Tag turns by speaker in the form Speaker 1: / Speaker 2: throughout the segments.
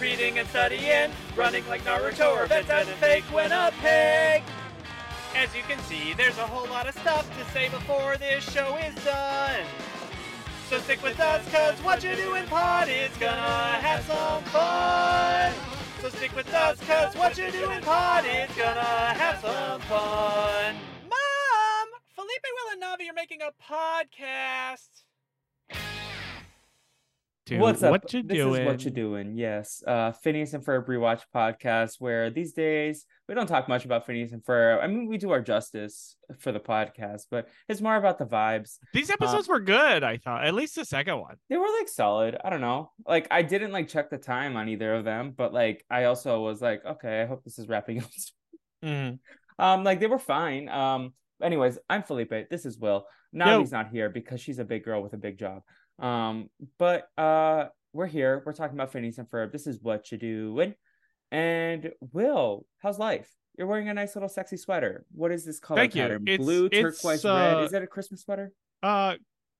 Speaker 1: Reading and studying, running like Naruto or bent down and fake when a pig. As you can see, there's a whole lot of stuff to say before this show is done. So stick with us, cause what you're doing pod is gonna have some fun. So stick with us, cause what you're doing pod is gonna have some fun. Mom! Felipe, Will, and Navi are making a podcast.
Speaker 2: to
Speaker 3: What's up?
Speaker 2: What you
Speaker 3: this
Speaker 2: doing?
Speaker 3: is what you doing. Yes, uh, Phineas and Ferb rewatch podcast. Where these days we don't talk much about Phineas and Ferb. I mean, we do our justice for the podcast, but it's more about the vibes.
Speaker 2: These episodes were good, I thought. At least the second one.
Speaker 3: They were like solid. I don't know. Like I didn't like check the time on either of them, but like I also was like, okay, I hope this is wrapping up.
Speaker 2: Mm-hmm.
Speaker 3: um, like they were fine. Um, anyways, I'm Felipe. This is Will. Navi's not here because she's a big girl with a big job. Um, but uh, we're here. We're talking about Phineas and Ferb. This is what you do. And and Will, how's life? You're wearing a nice little sexy sweater. What is this color
Speaker 2: Thank you.
Speaker 3: pattern?
Speaker 2: It's-
Speaker 3: Blue,
Speaker 2: it's,
Speaker 3: turquoise,
Speaker 2: uh,
Speaker 3: red. Is that a Christmas sweater?
Speaker 2: Uh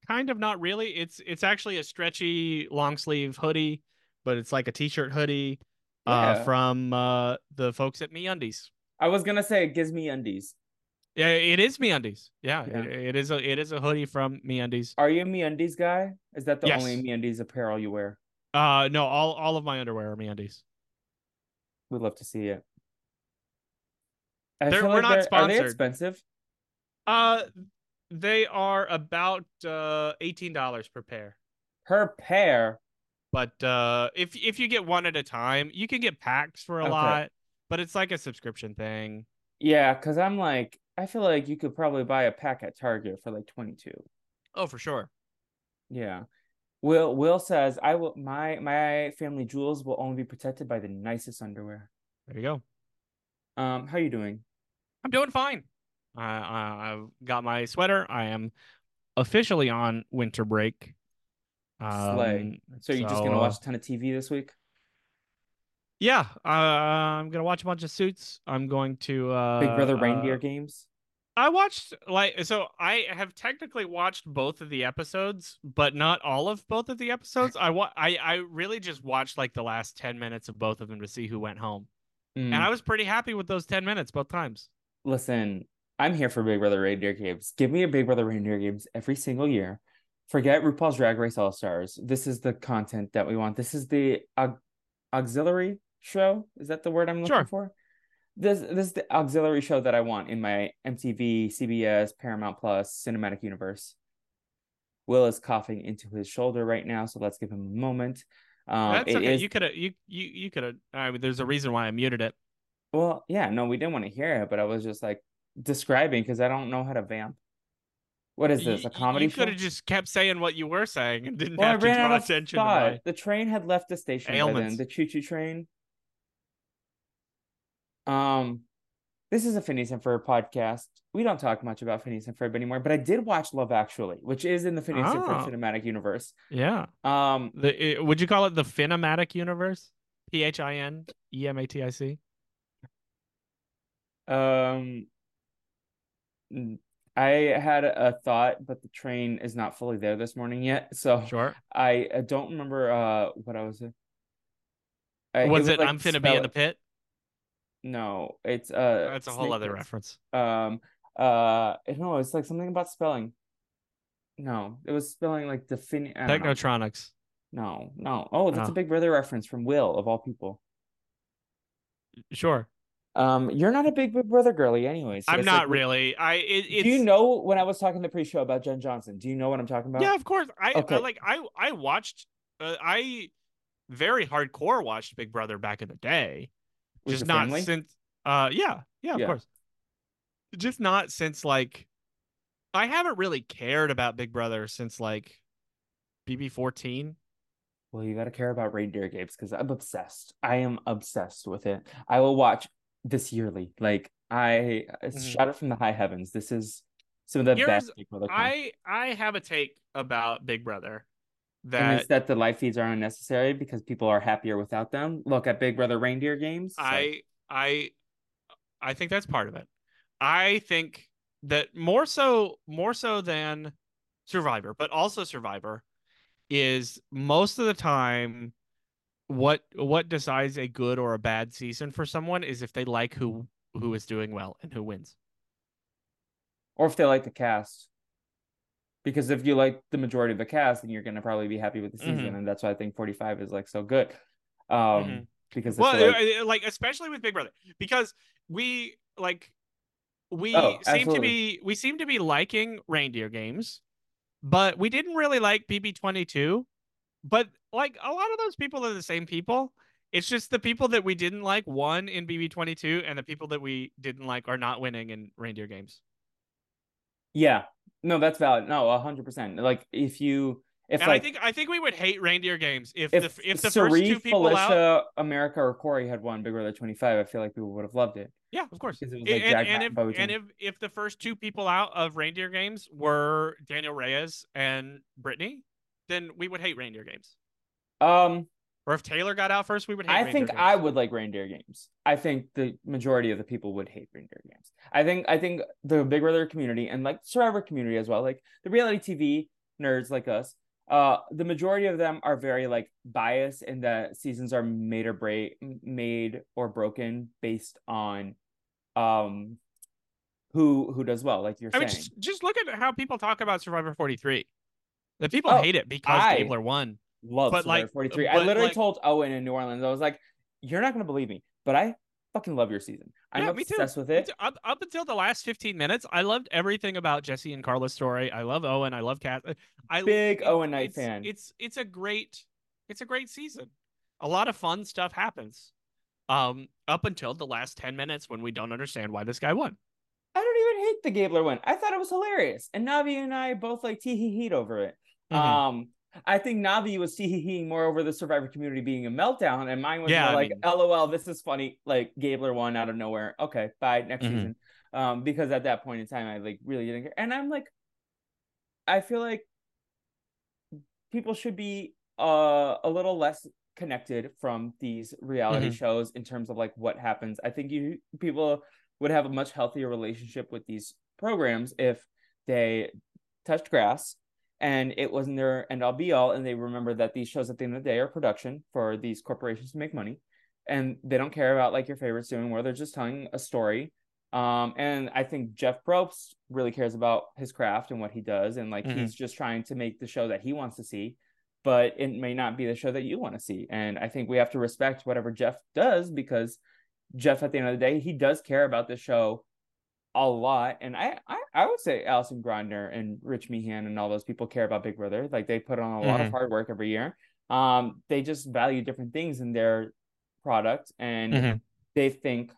Speaker 2: kind of not really. It's it's actually a stretchy long sleeve hoodie, but it's like a t-shirt hoodie uh
Speaker 3: Yeah.
Speaker 2: from uh the folks at Me Undies.
Speaker 3: I was gonna say it gives me undies.
Speaker 2: Yeah, it is Me Undies. Yeah,
Speaker 3: Yeah.
Speaker 2: It, it is a it is a hoodie from Me Undies.
Speaker 3: Are you a me undies guy? Is that the
Speaker 2: Yes.
Speaker 3: only me undies apparel you wear?
Speaker 2: Uh no, all all of my underwear are Me Undies.
Speaker 3: We'd love to see it. I
Speaker 2: They're-
Speaker 3: feel
Speaker 2: we're not
Speaker 3: they're- Are they
Speaker 2: sponsored.
Speaker 3: expensive?
Speaker 2: Uh they are about uh $18 per pair.
Speaker 3: Per pair.
Speaker 2: but uh if if you get one at a time you can get packs for a
Speaker 3: Okay.
Speaker 2: lot but it's like a subscription thing
Speaker 3: Yeah, because I'm like, I feel like you could probably buy a pack at Target for like 22.
Speaker 2: oh for sure
Speaker 3: Yeah. Will Will says I will my my family jewels will only be protected by the nicest underwear.
Speaker 2: there you go
Speaker 3: Um, how you doing?
Speaker 2: i'm doing fine i, I i've got my sweater i am officially on winter break
Speaker 3: Slay.
Speaker 2: Um,
Speaker 3: So you're just
Speaker 2: so,
Speaker 3: gonna
Speaker 2: uh,
Speaker 3: watch a ton of TV this week?
Speaker 2: yeah uh, i'm gonna watch a bunch of suits i'm going to uh
Speaker 3: Big Brother
Speaker 2: uh,
Speaker 3: reindeer games.
Speaker 2: I watched like so I have technically watched both of the episodes, but not all of both of the episodes. I wa- I I really just watched like the last 10 minutes of both of them to see who went home.
Speaker 3: Mm.
Speaker 2: And I was pretty happy with those 10 minutes both times.
Speaker 3: Listen, I'm here for Big Brother reindeer games. Give me a Big Brother reindeer games every single year. Forget RuPaul's Drag Race All Stars. This is the content that we want. This is the au- auxiliary show. Is that the word I'm looking
Speaker 2: Sure.
Speaker 3: for? This this is the auxiliary show that I want in my MTV, CBS, Paramount Plus, Cinematic Universe. Will is coughing into his shoulder right now, so let's give him a moment. Um,
Speaker 2: That's
Speaker 3: it
Speaker 2: okay.
Speaker 3: is-
Speaker 2: You could have you you you could have I mean there's a reason why I muted it.
Speaker 3: well, yeah, no, we didn't want to hear it, but I was just like describing because I don't know how to vamp. What is this?
Speaker 2: You-
Speaker 3: A comedy
Speaker 2: You
Speaker 3: show?
Speaker 2: could have just kept saying what you were saying and didn't
Speaker 3: well, I
Speaker 2: have to
Speaker 3: ran
Speaker 2: draw
Speaker 3: out of
Speaker 2: attention to
Speaker 3: thought.
Speaker 2: my
Speaker 3: The train had left the station by then.
Speaker 2: ailments.
Speaker 3: The choo-choo train. Um, this is a Phineas and Ferb podcast. We don't talk much about Phineas and Ferb anymore, but I did watch Love Actually, which is in the Phineas and Ferb
Speaker 2: Oh.
Speaker 3: cinematic universe.
Speaker 2: Yeah.
Speaker 3: Um,
Speaker 2: The it, would you call it the Finematic universe? P H I N E M A T I C.
Speaker 3: Um, n- I had a thought, but the train is not fully there this morning yet, so
Speaker 2: Sure.
Speaker 3: I, I don't remember uh what I was. I,
Speaker 2: was it,
Speaker 3: Uh, like,
Speaker 2: I'm finna be
Speaker 3: spell-
Speaker 2: in the pit?
Speaker 3: No, it's uh.
Speaker 2: That's a whole
Speaker 3: snake
Speaker 2: other
Speaker 3: words.
Speaker 2: reference.
Speaker 3: Um. Uh. No, it's like something about spelling. No, it was spelling like the fin. I don't know.
Speaker 2: Technotronics.
Speaker 3: No, no. Oh, that's a
Speaker 2: Oh.
Speaker 3: Big Brother reference from Will of all people.
Speaker 2: Sure.
Speaker 3: Um, you're not a big Big Brother girly, anyways. so
Speaker 2: I'm
Speaker 3: it's like
Speaker 2: not
Speaker 3: we-
Speaker 2: really. I it, it's
Speaker 3: Do you know when I was talking the pre-show about Jen Johnson? Do you know what I'm talking about?
Speaker 2: Yeah, of course. I,
Speaker 3: Okay.
Speaker 2: I like I I watched uh, I very hardcore watched Big Brother back in the day.
Speaker 3: With
Speaker 2: just
Speaker 3: your
Speaker 2: not
Speaker 3: family?
Speaker 2: since uh yeah, yeah, of
Speaker 3: Yeah.
Speaker 2: course. Just not since like I haven't really cared about Big Brother since like BB14
Speaker 3: Well, you got to care about reindeer games because I'm obsessed. I am obsessed with it. I will watch this yearly. Like I uh, it's
Speaker 2: Mhm.
Speaker 3: shot it from the high heavens. This is some of the
Speaker 2: Here's-
Speaker 3: best Big Brother. content.
Speaker 2: I I have a take about Big Brother
Speaker 3: and
Speaker 2: that
Speaker 3: it's that the live feeds are unnecessary because people are happier without them. Look at Big Brother reindeer games. It's like,
Speaker 2: I I I think that's part of it. I think that more so more so than Survivor, but also Survivor is most of the time what what decides a good or a bad season for someone is if they like who who is doing well and who wins.
Speaker 3: or if they like the cast. Because if you like the majority of the cast, then you're gonna probably be happy with the season,
Speaker 2: Mhm.
Speaker 3: and that's why I think 45 is like so good. Um,
Speaker 2: Mhm.
Speaker 3: because it's
Speaker 2: Well,
Speaker 3: like,
Speaker 2: uh, uh, like especially with Big Brother because we like we
Speaker 3: Oh,
Speaker 2: seem to
Speaker 3: absolutely.
Speaker 2: be we seem to be liking reindeer games, but we didn't really like BB twenty two. But like a lot of those people are the same people. It's just the people that we didn't like won in BB twenty two, and the people that we didn't like are not winning in reindeer games.
Speaker 3: yeah, no, that's valid. No, 100. percent Like if you, if
Speaker 2: and
Speaker 3: like,
Speaker 2: I think I think we would hate reindeer games if the
Speaker 3: if
Speaker 2: f- if the first
Speaker 3: Sari,
Speaker 2: two people out.
Speaker 3: Felicia, America, or Corey had won Big Brother 25, I feel like people would have loved it.
Speaker 2: Yeah, of course.
Speaker 3: Because it was
Speaker 2: A-
Speaker 3: like Jack
Speaker 2: and,
Speaker 3: Bat-
Speaker 2: and if, and if if the first two people out of reindeer games were Daniel Reyes and Brittany, then we would hate reindeer games.
Speaker 3: Um,
Speaker 2: Or if Taylor got out first, we would hate.
Speaker 3: I
Speaker 2: reindeer
Speaker 3: think
Speaker 2: games.
Speaker 3: I would like reindeer games. I think the majority of the people would hate reindeer games. I think I think the Big Brother community and like Survivor community as well, like the reality TV nerds like us, uh, the majority of them are very like biased in that seasons are made or break made or broken based on, um, who who does well. Like you're
Speaker 2: I
Speaker 3: saying,
Speaker 2: mean, just, just look at how people talk about Survivor 43. The people
Speaker 3: Oh,
Speaker 2: hate it because
Speaker 3: I-
Speaker 2: Gabler won.
Speaker 3: love
Speaker 2: But,
Speaker 3: Survivor
Speaker 2: like,
Speaker 3: 43. I
Speaker 2: but,
Speaker 3: literally
Speaker 2: like-
Speaker 3: told Owen in New Orleans, I was like, you're not gonna believe me, but I fucking love your season. I'm
Speaker 2: Yeah, me too.
Speaker 3: obsessed with it.
Speaker 2: Up, up until the last 15 minutes, I loved everything about Jesse and Carla's story. I love Owen. I love Kat. I
Speaker 3: Big
Speaker 2: it-
Speaker 3: Owen Knight
Speaker 2: it's,
Speaker 3: fan.
Speaker 2: It's it's a great it's a great season. A lot of fun stuff happens. Um, up until the last 10 minutes when we don't understand why this guy won.
Speaker 3: I don't even hate the Gabler one. I thought it was hilarious. And Navi and I both like tee hee heed over it.
Speaker 2: Mm-hmm.
Speaker 3: Um, I think Navi was tee hee heeing more over the survivor community being a meltdown, and mine was
Speaker 2: Yeah,
Speaker 3: more
Speaker 2: I
Speaker 3: like, LOL, this is funny. Like Gabler one out of nowhere. Okay, bye next
Speaker 2: Mhm.
Speaker 3: season. Um, because at that point in time, I like really didn't care. And I'm like, I feel like people should be uh a little less connected from these reality
Speaker 2: Mhm.
Speaker 3: shows in terms of like what happens. I think you people would have a much healthier relationship with these programs if they touched grass and it wasn't their end all be all and they remember that these shows at the end of the day are production for these corporations to make money and they don't care about like your favorites doing where they're just telling a story um and i think jeff probst really cares about his craft and what he does and like
Speaker 2: Mhm.
Speaker 3: he's just trying to make the show that he wants to see but it may not be the show that you want to see and i think we have to respect whatever jeff does because jeff at the end of the day he does care about the show a lot. And I, I, I would say Allison Grindner and Rich Meehan and all those people care about Big Brother. Like they put on a lot of hard work every year. Um, they just value different things in their product and
Speaker 2: Mhm.
Speaker 3: they think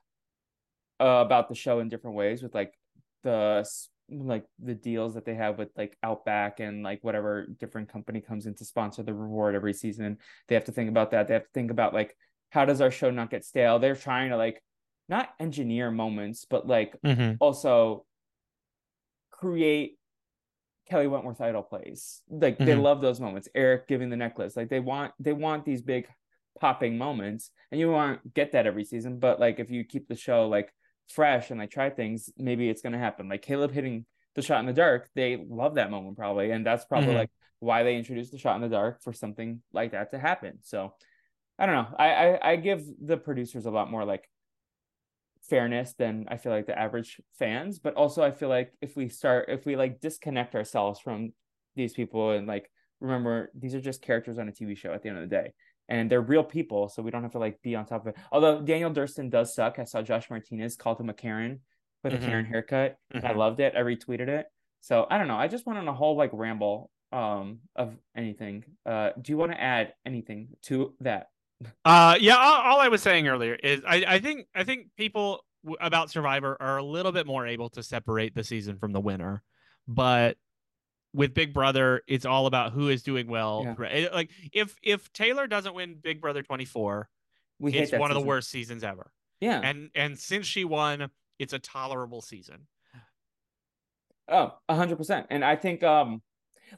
Speaker 3: uh, about the show in different ways with like the s- like the deals that they have with like Outback and like whatever different company comes in to sponsor the reward every season. They have to think about that. They have to think about like how does our show not get stale? They're trying to like not engineer moments, but like also create Kelly Wentworth idol plays. Like they
Speaker 2: Mhm.
Speaker 3: love those moments. Eric giving the necklace. Like they want they want these big popping moments, and you won't get that every season. But like if you keep the show like fresh and like try things, maybe it's gonna happen. Like Caleb hitting the shot in the dark, they love that moment probably, and that's probably
Speaker 2: Mhm.
Speaker 3: like why they introduced the shot in the dark for something like that to happen. So I don't know. I, I I give the producers a lot more like fairness than I feel like the average fans. But also, I feel like if we start, if we like disconnect ourselves from these people and like remember, these are just characters on a TV show at the end of the day, and they're real people, so we don't have to like be on top of it. Although Daniel Durston does suck. I saw Josh Martinez called him a Karen with
Speaker 2: Mhm.
Speaker 3: a Karen haircut. and I
Speaker 2: Mhm.
Speaker 3: loved it. I retweeted it. So I don't know. I just went on a whole like ramble um of anything. Uh, do you want to add anything to that?
Speaker 2: Uh, yeah. All, all I was saying earlier is I, I think I think people w- about Survivor are a little bit more able to separate the season from the winner, but with Big Brother, it's all about who is doing well.
Speaker 3: Yeah.
Speaker 2: right? It- Like if if Taylor doesn't win Big Brother 24,
Speaker 3: We hate
Speaker 2: it's
Speaker 3: that
Speaker 2: one of the
Speaker 3: season.
Speaker 2: worst seasons ever.
Speaker 3: Yeah.
Speaker 2: And and since she won, it's a tolerable season.
Speaker 3: Oh, a hundred percent. And I think um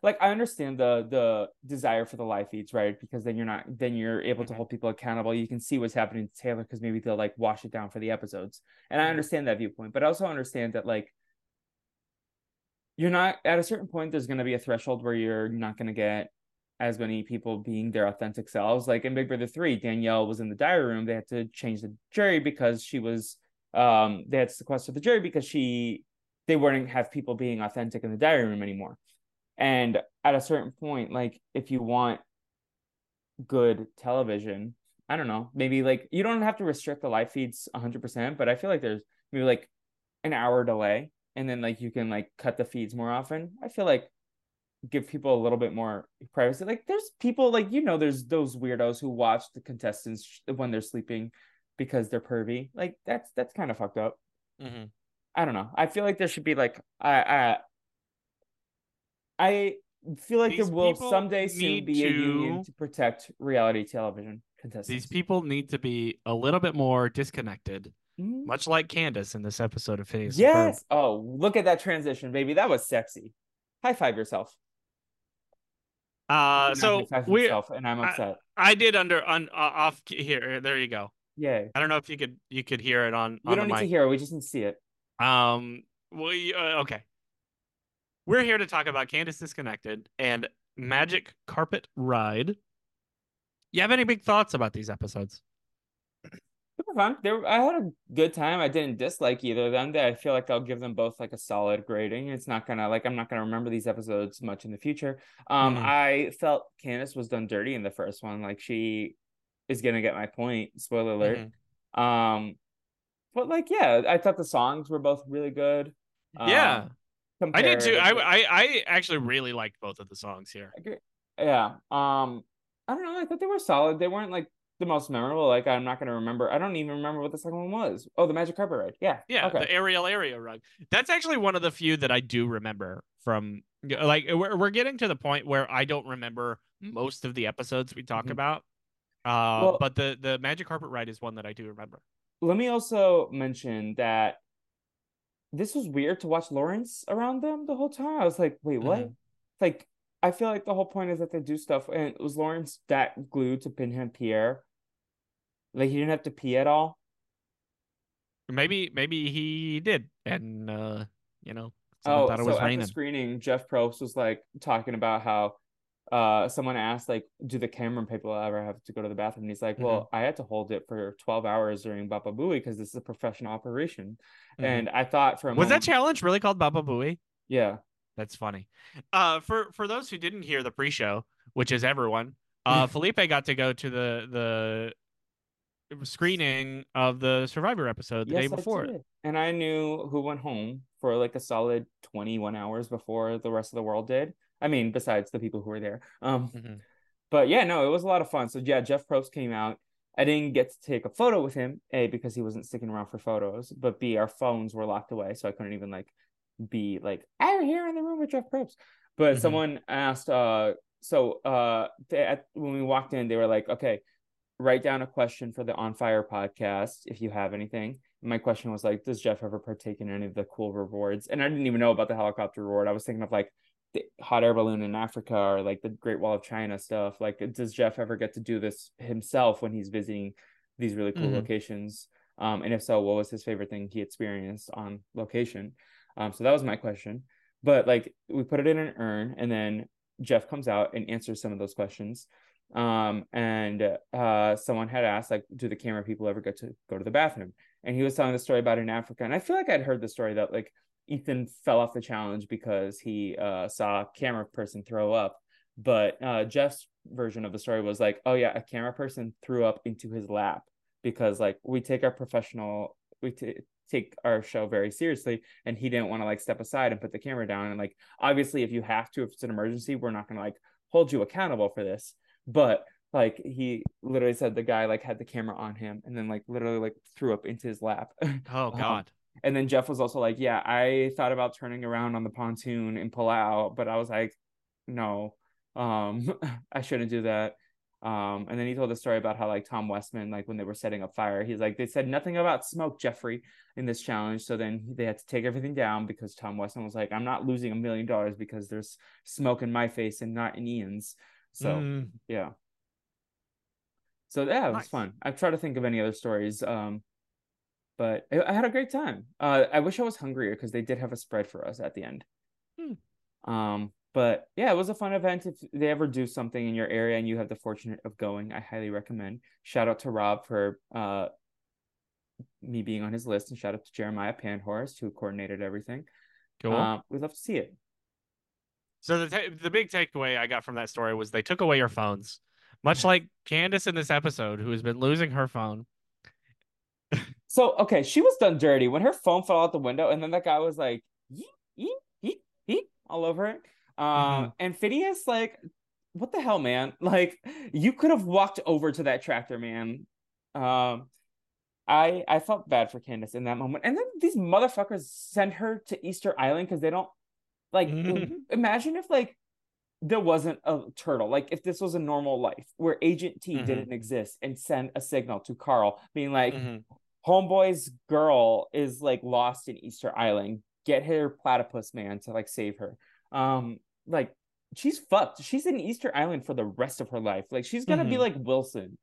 Speaker 3: like I understand the the desire for the live feeds, right? Because then you're not then you're able to
Speaker 2: Mhm.
Speaker 3: hold people accountable. You can see what's happening to Taylor because maybe they'll like wash it down for the episodes. And I
Speaker 2: Mhm.
Speaker 3: understand that viewpoint, but I also understand that like you're not at a certain point there's gonna be a threshold where you're not gonna get as many people being their authentic selves. Like in Big Brother 3, Danielle was in the diary room. They had to change the jury because she was um they had sequestered the jury because she they wouldn't have people being authentic in the diary room anymore. And at a certain point, like if you want good television, I don't know, maybe like you don't have to restrict the live feeds 100%, but I feel like there's maybe like an hour delay and then like you can like cut the feeds more often. I feel like give people a little bit more privacy. Like there's people like you know there's those weirdos who watch the contestants sh- when they're sleeping because they're pervy. Like that's that's kind of fucked up.
Speaker 2: Mm-hmm.
Speaker 3: I don't know. I feel like there should be like I I, I feel like
Speaker 2: These
Speaker 3: there will
Speaker 2: people
Speaker 3: someday soon
Speaker 2: need
Speaker 3: be a union
Speaker 2: to-
Speaker 3: to protect reality television contestants.
Speaker 2: These people need to be a little bit more disconnected,
Speaker 3: Mhm.
Speaker 2: much like Candace in this episode of Phineas. and Ferb.
Speaker 3: Yes. Oh, look at that transition, baby. That was sexy. High five yourself.
Speaker 2: Uh,
Speaker 3: Not
Speaker 2: so
Speaker 3: high five
Speaker 2: we
Speaker 3: himself, and I'm
Speaker 2: I-
Speaker 3: upset.
Speaker 2: I did under on uh, off here. There you go.
Speaker 3: Yay.
Speaker 2: I don't know if you could you could hear it on
Speaker 3: We
Speaker 2: on
Speaker 3: don't
Speaker 2: the
Speaker 3: need
Speaker 2: mic.
Speaker 3: to hear. it. We just need to see it.
Speaker 2: Um. Well, you- uh, okay. We're here to talk about Candace Disconnected and Magic Carpet Ride. You have any big thoughts about these episodes?
Speaker 3: They were fun. They were, I had a good time. I didn't dislike either of them. They- I feel like I'll give them both like a solid grading. It's not gonna like I'm not gonna remember these episodes much in the future. Um,
Speaker 2: Mhm.
Speaker 3: I felt Candace was done dirty in the first one. Like she is gonna get my point. Spoiler alert.
Speaker 2: Mhm.
Speaker 3: Um, but like yeah, I thought the songs were both really good. Um,
Speaker 2: yeah, I did too. I,
Speaker 3: compared-
Speaker 2: I I actually really liked both of the songs here.
Speaker 3: yeah. Um, I don't know. I thought they were solid. They weren't like the most memorable. Like I'm not gonna remember. I don't even remember what the second one was. Oh, the Magic Carpet Ride. Yeah.
Speaker 2: Yeah,
Speaker 3: Okay.
Speaker 2: the aerial area rug. That's actually one of the few that I do remember from. Like we're we're getting to the point where I don't remember most of the episodes we talk
Speaker 3: Mhm.
Speaker 2: about. Uh,
Speaker 3: Well-
Speaker 2: but the the Magic Carpet Ride is one that I do remember.
Speaker 3: let me also mention that this was weird to watch Lawrence around them the whole time. I was like, wait, what?
Speaker 2: Mm-hmm.
Speaker 3: Like, I feel like the whole point is that they do stuff, and was Lawrence that glued to Pinhead Pierre? Like, he didn't have to pee at all.
Speaker 2: Maybe maybe he did, and uh, you know, someone
Speaker 3: Oh,
Speaker 2: thought it
Speaker 3: so
Speaker 2: was
Speaker 3: at
Speaker 2: raining.
Speaker 3: the screening, Jeff Probst was like talking about how uh someone asked like, do the Cameron people ever have to go to the bathroom? And he's like,
Speaker 2: Mm-hmm.
Speaker 3: well, I had to hold it for 12 hours during Baba Booey because this is a professional operation.
Speaker 2: Mhm.
Speaker 3: And I thought for a
Speaker 2: was that
Speaker 3: moment,
Speaker 2: challenge really called Baba Booey?
Speaker 3: yeah.
Speaker 2: That's funny. Uh, for for those who didn't hear the pre-show, which is everyone, uh, Felipe got to go to the the screening of the Survivor episode the day
Speaker 3: I
Speaker 2: before.
Speaker 3: did. And I knew who went home for like a solid 21 hours before the rest of the world did. I mean, besides the people who were there. Um,
Speaker 2: Mhm.
Speaker 3: but yeah, no, it was a lot of fun. So yeah, Jeff Probst came out. I didn't get to take a photo with him, A, because he wasn't sticking around for photos, but B, our phones were locked away. So I couldn't even like be like, I'm here in the room with Jeff Probst. But
Speaker 2: Mhm.
Speaker 3: someone asked, uh, so uh they, at, when we walked in, they were like, okay, write down a question for the On Fire podcast if you have anything. And my question was like, does Jeff ever partake in any of the cool rewards? And I didn't even know about the helicopter reward. I was thinking of like the hot air balloon in Africa or like the Great Wall of China stuff. Like, does Jeff ever get to do this himself when he's visiting these really cool
Speaker 2: Mhm.
Speaker 3: locations? Um, and if so, what was his favorite thing he experienced on location? Um, so that was my question. But like, we put it in an urn, and then Jeff comes out and answers some of those questions um and uh someone had asked like do the camera people ever get to go to the bathroom and he was telling the story about in africa and i feel like i'd heard the story that like ethan fell off the challenge because he uh saw a camera person throw up but uh jeff's version of the story was like oh yeah a camera person threw up into his lap because like we take our professional we t- take our show very seriously and he didn't want to like step aside and put the camera down and like obviously if you have to if it's an emergency we're not going to like hold you accountable for this but like he literally said the guy like had the camera on him and then like literally like threw up into his lap
Speaker 2: Oh
Speaker 3: Um,
Speaker 2: God.
Speaker 3: And then Jeff was also like, "Yeah, I thought about turning around on the pontoon and pull out, but I was like, no, um, I shouldn't do that." Um, and then he told the story about how like Tom Westman, like when they were setting up fire, he's like, they said nothing about smoke, Jeffrey, in this challenge. So then they had to take everything down because Tom Westman was like, I'm not losing a million dollars because there's smoke in my face and not in Ian's. So
Speaker 2: Mm.
Speaker 3: yeah. So yeah, it was
Speaker 2: Nice.
Speaker 3: fun. I try to think of any other stories. Um, but I, I had a great time. Uh, I wish I was hungrier because they did have a spread for us at the end. Um, but yeah, it was a fun event. If they ever do something in your area and you have the fortune of going, I highly recommend. Shout out to Rob for uh me being on his list, and shout out to Jeremiah Panhorst who coordinated everything.
Speaker 2: Cool.
Speaker 3: Uh, we'd love to see it.
Speaker 2: So the ta- the big takeaway I got from that story was they took away your phones, much like Candace in this episode, who has been losing her phone.
Speaker 3: So okay, she was done dirty when her phone fell out the window, and then that guy was like, yeet, yeet, yeet, yeet, all over it. Um,
Speaker 2: Mhm.
Speaker 3: and Phineas, like, what the hell, man? Like, you could have walked over to that tractor, man. Um, I I felt bad for Candace in that moment, and then these motherfuckers send her to Easter Island because they don't like.
Speaker 2: Mhm.
Speaker 3: Imagine if like there wasn't a turtle. Like if this was a normal life where Agent T
Speaker 2: Mhm.
Speaker 3: didn't exist and send a signal to Carl, being like
Speaker 2: Mhm.
Speaker 3: homeboy's girl is like lost in Easter Island. Get her platypus man to like save her. Um, like she's fucked. She's in Easter Island for the rest of her life. Like she's gonna be
Speaker 2: Mhm.
Speaker 3: like Wilson.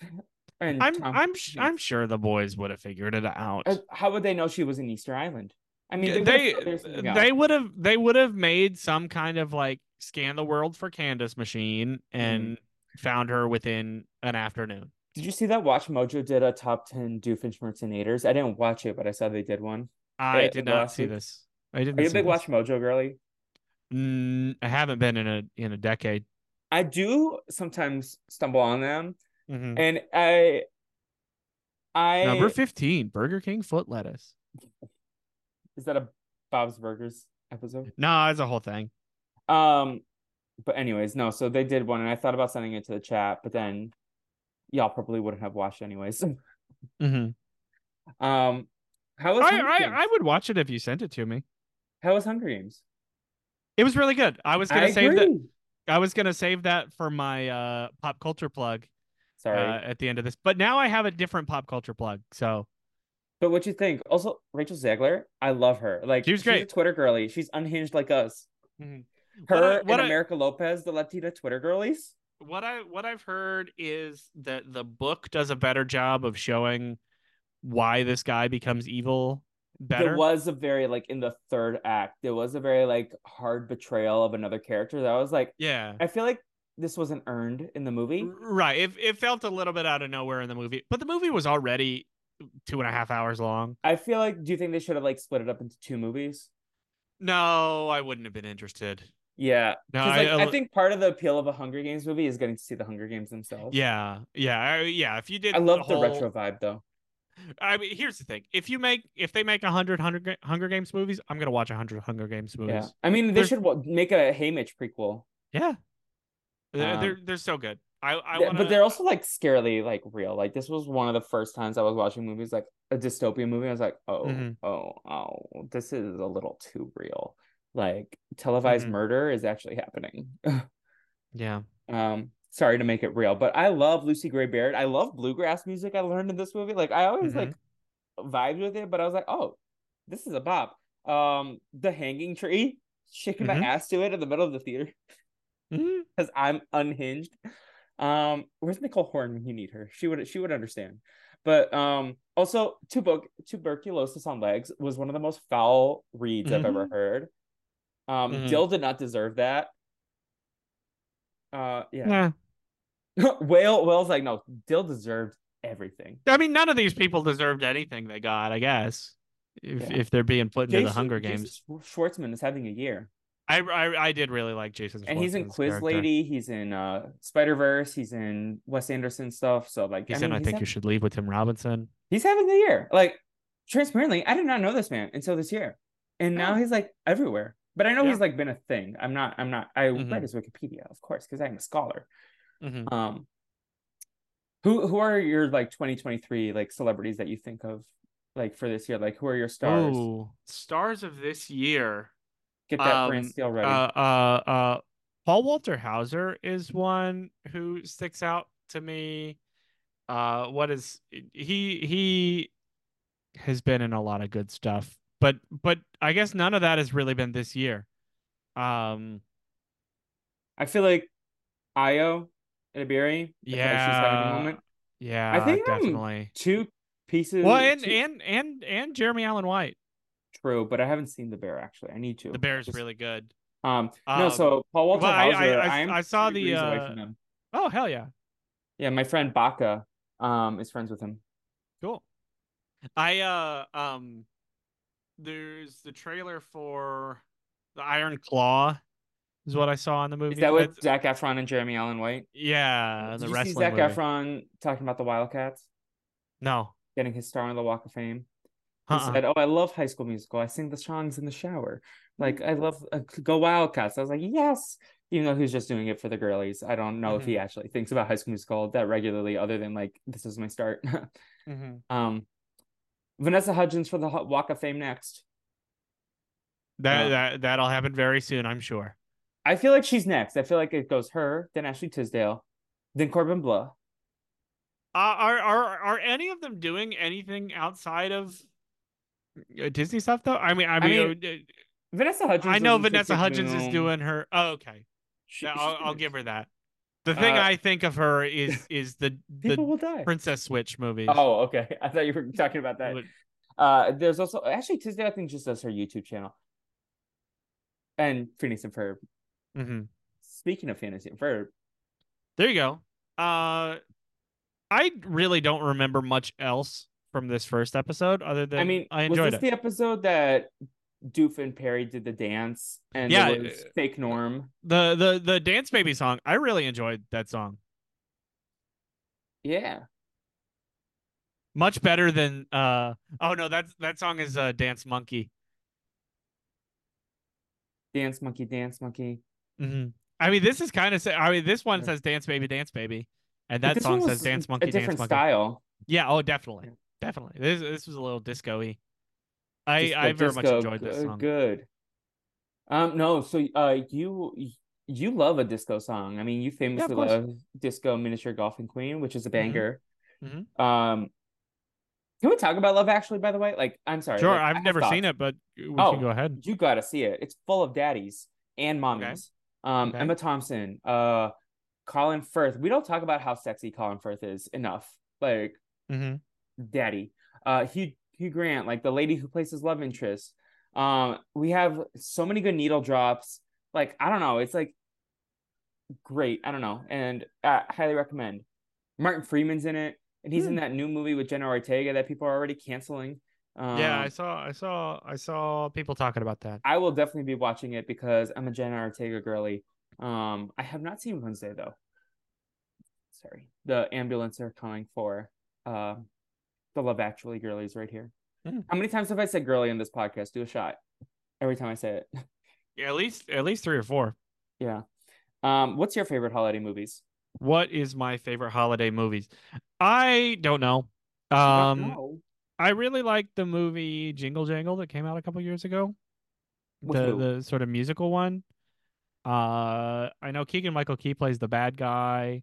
Speaker 3: and
Speaker 2: I'm
Speaker 3: Tom-
Speaker 2: I'm sh-
Speaker 3: Hanks.
Speaker 2: I'm sure the boys would have figured it out.
Speaker 3: Uh, how would they know she was in Easter Island? I mean,
Speaker 2: Yeah,
Speaker 3: would've
Speaker 2: they uh,
Speaker 3: thought there was something else.
Speaker 2: they would have they would have made some kind of like scan the world for Candace machine and
Speaker 3: Mm-hmm.
Speaker 2: found her within an afternoon.
Speaker 3: Did you see that Watch Mojo did a top ten Doofenshmirtzenators? I didn't watch it, but I saw they did one.
Speaker 2: I
Speaker 3: Yeah,
Speaker 2: did
Speaker 3: the
Speaker 2: not
Speaker 3: last
Speaker 2: see
Speaker 3: week.
Speaker 2: this. I didn't.
Speaker 3: Are you a
Speaker 2: see
Speaker 3: big
Speaker 2: this.
Speaker 3: Watch Mojo girly?
Speaker 2: Mm, I haven't been in a in a decade.
Speaker 3: I do sometimes stumble on them,
Speaker 2: Mhm.
Speaker 3: and I, I
Speaker 2: Number fifteen, Burger King foot lettuce.
Speaker 3: is that a Bob's Burgers episode?
Speaker 2: No, it's a whole thing.
Speaker 3: Um, but anyways, no. So they did one, and I thought about sending it to the chat, but then y'all probably wouldn't have watched anyways. um, how was
Speaker 2: Mm-hmm. I,
Speaker 3: Hunger
Speaker 2: I
Speaker 3: Games?
Speaker 2: I would watch it if you sent it to me.
Speaker 3: how was Hunger Games?
Speaker 2: It was really good. I was gonna
Speaker 3: I
Speaker 2: save that.
Speaker 3: agree.
Speaker 2: I was gonna save that for my uh pop culture plug uh,
Speaker 3: Sorry,
Speaker 2: at the end of this. But now I have a different pop culture plug. So
Speaker 3: but what you think? Also, Rachel Zegler, I love her. Like
Speaker 2: She was
Speaker 3: she's a
Speaker 2: great.
Speaker 3: Twitter girly. She's unhinged like us.
Speaker 2: Mhm.
Speaker 3: Her
Speaker 2: What I-
Speaker 3: and
Speaker 2: what I-
Speaker 3: America Lopez, the Latina Twitter girlies.
Speaker 2: what I what I've heard is that the book does a better job of showing why this guy becomes evil better.
Speaker 3: There was a very like in the third act. There was a very like hard betrayal of another character that I was like,
Speaker 2: yeah.
Speaker 3: I feel like this wasn't earned in the movie.
Speaker 2: Right. It, it felt a little bit out of nowhere in the movie, but the movie was already two and a half hours long.
Speaker 3: I feel like do you think they should have like split it up into two movies?
Speaker 2: No, I wouldn't have been interested.
Speaker 3: Yeah.
Speaker 2: No,
Speaker 3: 'Cause,
Speaker 2: I,
Speaker 3: like, I,
Speaker 2: I-
Speaker 3: think part of the appeal of a Hunger Games movie is getting to see the Hunger Games themselves.
Speaker 2: Yeah, yeah, I, yeah. If you did,
Speaker 3: I love the
Speaker 2: whole,
Speaker 3: retro vibe though.
Speaker 2: I mean, here's the thing: if you make, if they make a hundred Hunger Ga- Hunger Games movies, I'm gonna watch a hundred Hunger Games
Speaker 3: Yeah.
Speaker 2: movies.
Speaker 3: I mean, they
Speaker 2: There's-
Speaker 3: should wa- make a Haymitch prequel.
Speaker 2: Yeah, They're,
Speaker 3: Um,
Speaker 2: they're they're so good. I, I
Speaker 3: Th-
Speaker 2: want
Speaker 3: But they're also like scarily like real. Like this was one of the first times I was watching movies like a dystopian movie. I was like, oh,
Speaker 2: Mhm.
Speaker 3: oh, oh, this is a little too real. Like televised
Speaker 2: Mhm.
Speaker 3: murder is actually happening.
Speaker 2: yeah.
Speaker 3: um sorry to make it real but i love lucy gray barrett i love bluegrass music i learned in this movie like i always
Speaker 2: Mhm.
Speaker 3: like vibed with it but i was like oh this is a bop um the hanging tree shaking
Speaker 2: Mhm.
Speaker 3: my ass to it in the middle of the theater
Speaker 2: Mhm.
Speaker 3: because i'm unhinged um where's nicole horn when you need her she would she would understand but um also tubo- tuberculosis on legs was one of the most foul reads i've ever heard um
Speaker 2: Mhm.
Speaker 3: dill did not deserve that uh yeah
Speaker 2: Nah.
Speaker 3: Whale Whale's like, no, Dill deserved everything.
Speaker 2: I mean, none of these people deserved anything they got. I guess if
Speaker 3: Yeah.
Speaker 2: if they're being put into the
Speaker 3: Jason-
Speaker 2: Hunger
Speaker 3: Jason
Speaker 2: Games.
Speaker 3: Schw- Schwartzman is having a year.
Speaker 2: I, I I did really like Jason.
Speaker 3: And he's in
Speaker 2: Schwartzman's
Speaker 3: Quiz
Speaker 2: character.
Speaker 3: Lady, he's in uh Spider Verse, he's in Wes Anderson stuff. So like
Speaker 2: He's
Speaker 3: I mean,
Speaker 2: in. I
Speaker 3: he's,
Speaker 2: think
Speaker 3: hav-
Speaker 2: you should leave with Tim Robinson.
Speaker 3: he's having a year. Like transparently, I did not know this man until this year. And now
Speaker 2: Oh.
Speaker 3: he's like everywhere. But I know
Speaker 2: Yeah.
Speaker 3: he's like been a thing. I'm not I'm not I
Speaker 2: Mhm.
Speaker 3: read his Wikipedia, of course, because I'm a scholar. Mm-hmm.
Speaker 2: Mhm.
Speaker 3: Um who who are your like 2023 like celebrities that you think of like for this year? Like, who are your stars?
Speaker 2: Ooh, stars of this year.
Speaker 3: Get that um,
Speaker 2: um,
Speaker 3: Steele
Speaker 2: Uh,
Speaker 3: ready.
Speaker 2: uh, uh, Paul Walter Hauser is one who sticks out to me. Uh, what is he? He has been in a lot of good stuff, but but I guess none of that has really been this year. Um,
Speaker 3: I feel like Io and Ibiri. I feel like she's having a
Speaker 2: yeah,
Speaker 3: moment.
Speaker 2: yeah,
Speaker 3: think I'm
Speaker 2: definitely.
Speaker 3: Two pieces.
Speaker 2: um, Well, and
Speaker 3: mm, two-
Speaker 2: and and and Jeremy Allen White,
Speaker 3: true, but I haven't seen the bear actually. I need to.
Speaker 2: the Bears,
Speaker 3: Just-
Speaker 2: really good.
Speaker 3: Um, no,
Speaker 2: Um,
Speaker 3: so Paul Walter
Speaker 2: well, I- I-
Speaker 3: Hauser.
Speaker 2: I-
Speaker 3: am
Speaker 2: I saw
Speaker 3: three
Speaker 2: the,
Speaker 3: degrees away
Speaker 2: uh,
Speaker 3: from him.
Speaker 2: Oh hell yeah,
Speaker 3: Yeah, my friend Baca um is friends with him.
Speaker 2: cool. I uh um, there's the trailer for the Iron Claw, is what I saw in the movie.
Speaker 3: Is that with
Speaker 2: That's-
Speaker 3: Zach Efron and Jeremy Allen White?
Speaker 2: Yeah, Uh, the
Speaker 3: Did you see
Speaker 2: wrestling
Speaker 3: Zach
Speaker 2: movie.
Speaker 3: Efron talking about the Wildcats
Speaker 2: No,
Speaker 3: getting his star on the Walk of Fame? He
Speaker 2: uh-uh.
Speaker 3: said, "Oh, I love High School Musical. I sing the songs in the shower. Like I
Speaker 2: Mm-hmm.
Speaker 3: love uh, Go Wildcats." I was like, "Yes," even though he was just doing it for the girlies. I don't know if he
Speaker 2: Mm-hmm.
Speaker 3: actually thinks about High School Musical that regularly, other than like this is my start.
Speaker 2: Mm-hmm.
Speaker 3: um, Vanessa Hudgens for the Ho- Walk of Fame next.
Speaker 2: that
Speaker 3: Uh,
Speaker 2: that that'll happen very soon, I'm sure.
Speaker 3: I feel like she's next. I feel like it goes her, then Ashley Tisdale, then Corbin Bleu.
Speaker 2: Uh, are are are any of them doing anything outside of uh, Disney stuff though? I mean, I
Speaker 3: I
Speaker 2: mean,
Speaker 3: mean,
Speaker 2: uh, uh,
Speaker 3: Vanessa Hudgens.
Speaker 2: I know
Speaker 3: was in
Speaker 2: Vanessa
Speaker 3: Tick, Tick,
Speaker 2: Hudgens is
Speaker 3: Boom.
Speaker 2: doing her. Oh, okay,
Speaker 3: She-
Speaker 2: Yeah,
Speaker 3: she's
Speaker 2: I'll, I'll
Speaker 3: doing it.
Speaker 2: give her that. The thing
Speaker 3: Uh,
Speaker 2: I think of her is is the
Speaker 3: People
Speaker 2: the
Speaker 3: will die.
Speaker 2: Princess Switch movies.
Speaker 3: Oh, okay. I thought you were talking about that.
Speaker 2: Would-
Speaker 3: Uh, there's also Ashley Tisdale. I think just does her YouTube channel. And Phoenix and Ferb.
Speaker 2: mhm.
Speaker 3: Speaking of Phoenix and Ferb,
Speaker 2: There you go. Uh, I really don't remember much else from this first episode other than
Speaker 3: I mean,
Speaker 2: I
Speaker 3: was
Speaker 2: enjoyed
Speaker 3: this
Speaker 2: it.
Speaker 3: the episode that Doof and Perry did the dance and
Speaker 2: Yeah,
Speaker 3: it was
Speaker 2: uh,
Speaker 3: fake Norm?
Speaker 2: the the the dance baby song i really enjoyed that song
Speaker 3: Yeah.
Speaker 2: much better than uh oh no that's that song is uh dance monkey
Speaker 3: Dance monkey, dance monkey.
Speaker 2: hmm i mean this is kind of i mean this one
Speaker 3: Yeah.
Speaker 2: says dance baby dance baby and
Speaker 3: But
Speaker 2: that
Speaker 3: this
Speaker 2: song
Speaker 3: one
Speaker 2: says
Speaker 3: was
Speaker 2: dance
Speaker 3: a
Speaker 2: monkey dance
Speaker 3: different
Speaker 2: monkey
Speaker 3: style.
Speaker 2: yeah oh definitely
Speaker 3: Yeah.
Speaker 2: definitely this this was a little disco-y i
Speaker 3: Disco,
Speaker 2: i very much
Speaker 3: disco,
Speaker 2: enjoyed this
Speaker 3: good,
Speaker 2: song
Speaker 3: Good. Um, no, so uh, you you love a disco song. I mean, you famously
Speaker 2: course. Mm-hmm.
Speaker 3: love "Disco Miniature Golfing Queen," which is a banger.
Speaker 2: Mhm.
Speaker 3: Um, can we talk about Love Actually? By the way, like, I'm sorry,
Speaker 2: sure
Speaker 3: like, I
Speaker 2: i've
Speaker 3: have
Speaker 2: never seen
Speaker 3: thoughts.
Speaker 2: it but we
Speaker 3: Oh,
Speaker 2: can go ahead
Speaker 3: You gotta see it. It's full of daddies and mommies. Um,
Speaker 2: Okay.
Speaker 3: Emma Thompson, uh, Colin Firth. We don't talk about how sexy Colin Firth is enough. Like,
Speaker 2: Mhm.
Speaker 3: daddy uh hugh hugh grant like the lady who plays his love interest um we have so many good needle drops like i don't know it's like great i don't know and uh, highly recommend martin freeman's in it and he's in that new movie with jenna ortega that people are already canceling um,
Speaker 2: yeah i saw i saw i saw people talking about that
Speaker 3: I will definitely be watching it because i'm a jenna ortega girly um i have not seen wednesday though sorry the ambulance are coming for uh, the love actually girlies right here
Speaker 2: Mm.
Speaker 3: how many times have i said girly in this podcast do a shot every time i say it
Speaker 2: yeah, at least at least three or four
Speaker 3: yeah um what's your favorite holiday movies
Speaker 2: What is my favorite holiday movies? I don't know.
Speaker 3: You
Speaker 2: Um,
Speaker 3: don't know.
Speaker 2: I really like the movie Jingle Jangle that came out a couple years ago.
Speaker 3: With
Speaker 2: the
Speaker 3: who?
Speaker 2: the sort of musical one. Uh, I know Keegan Michael Key plays the bad guy.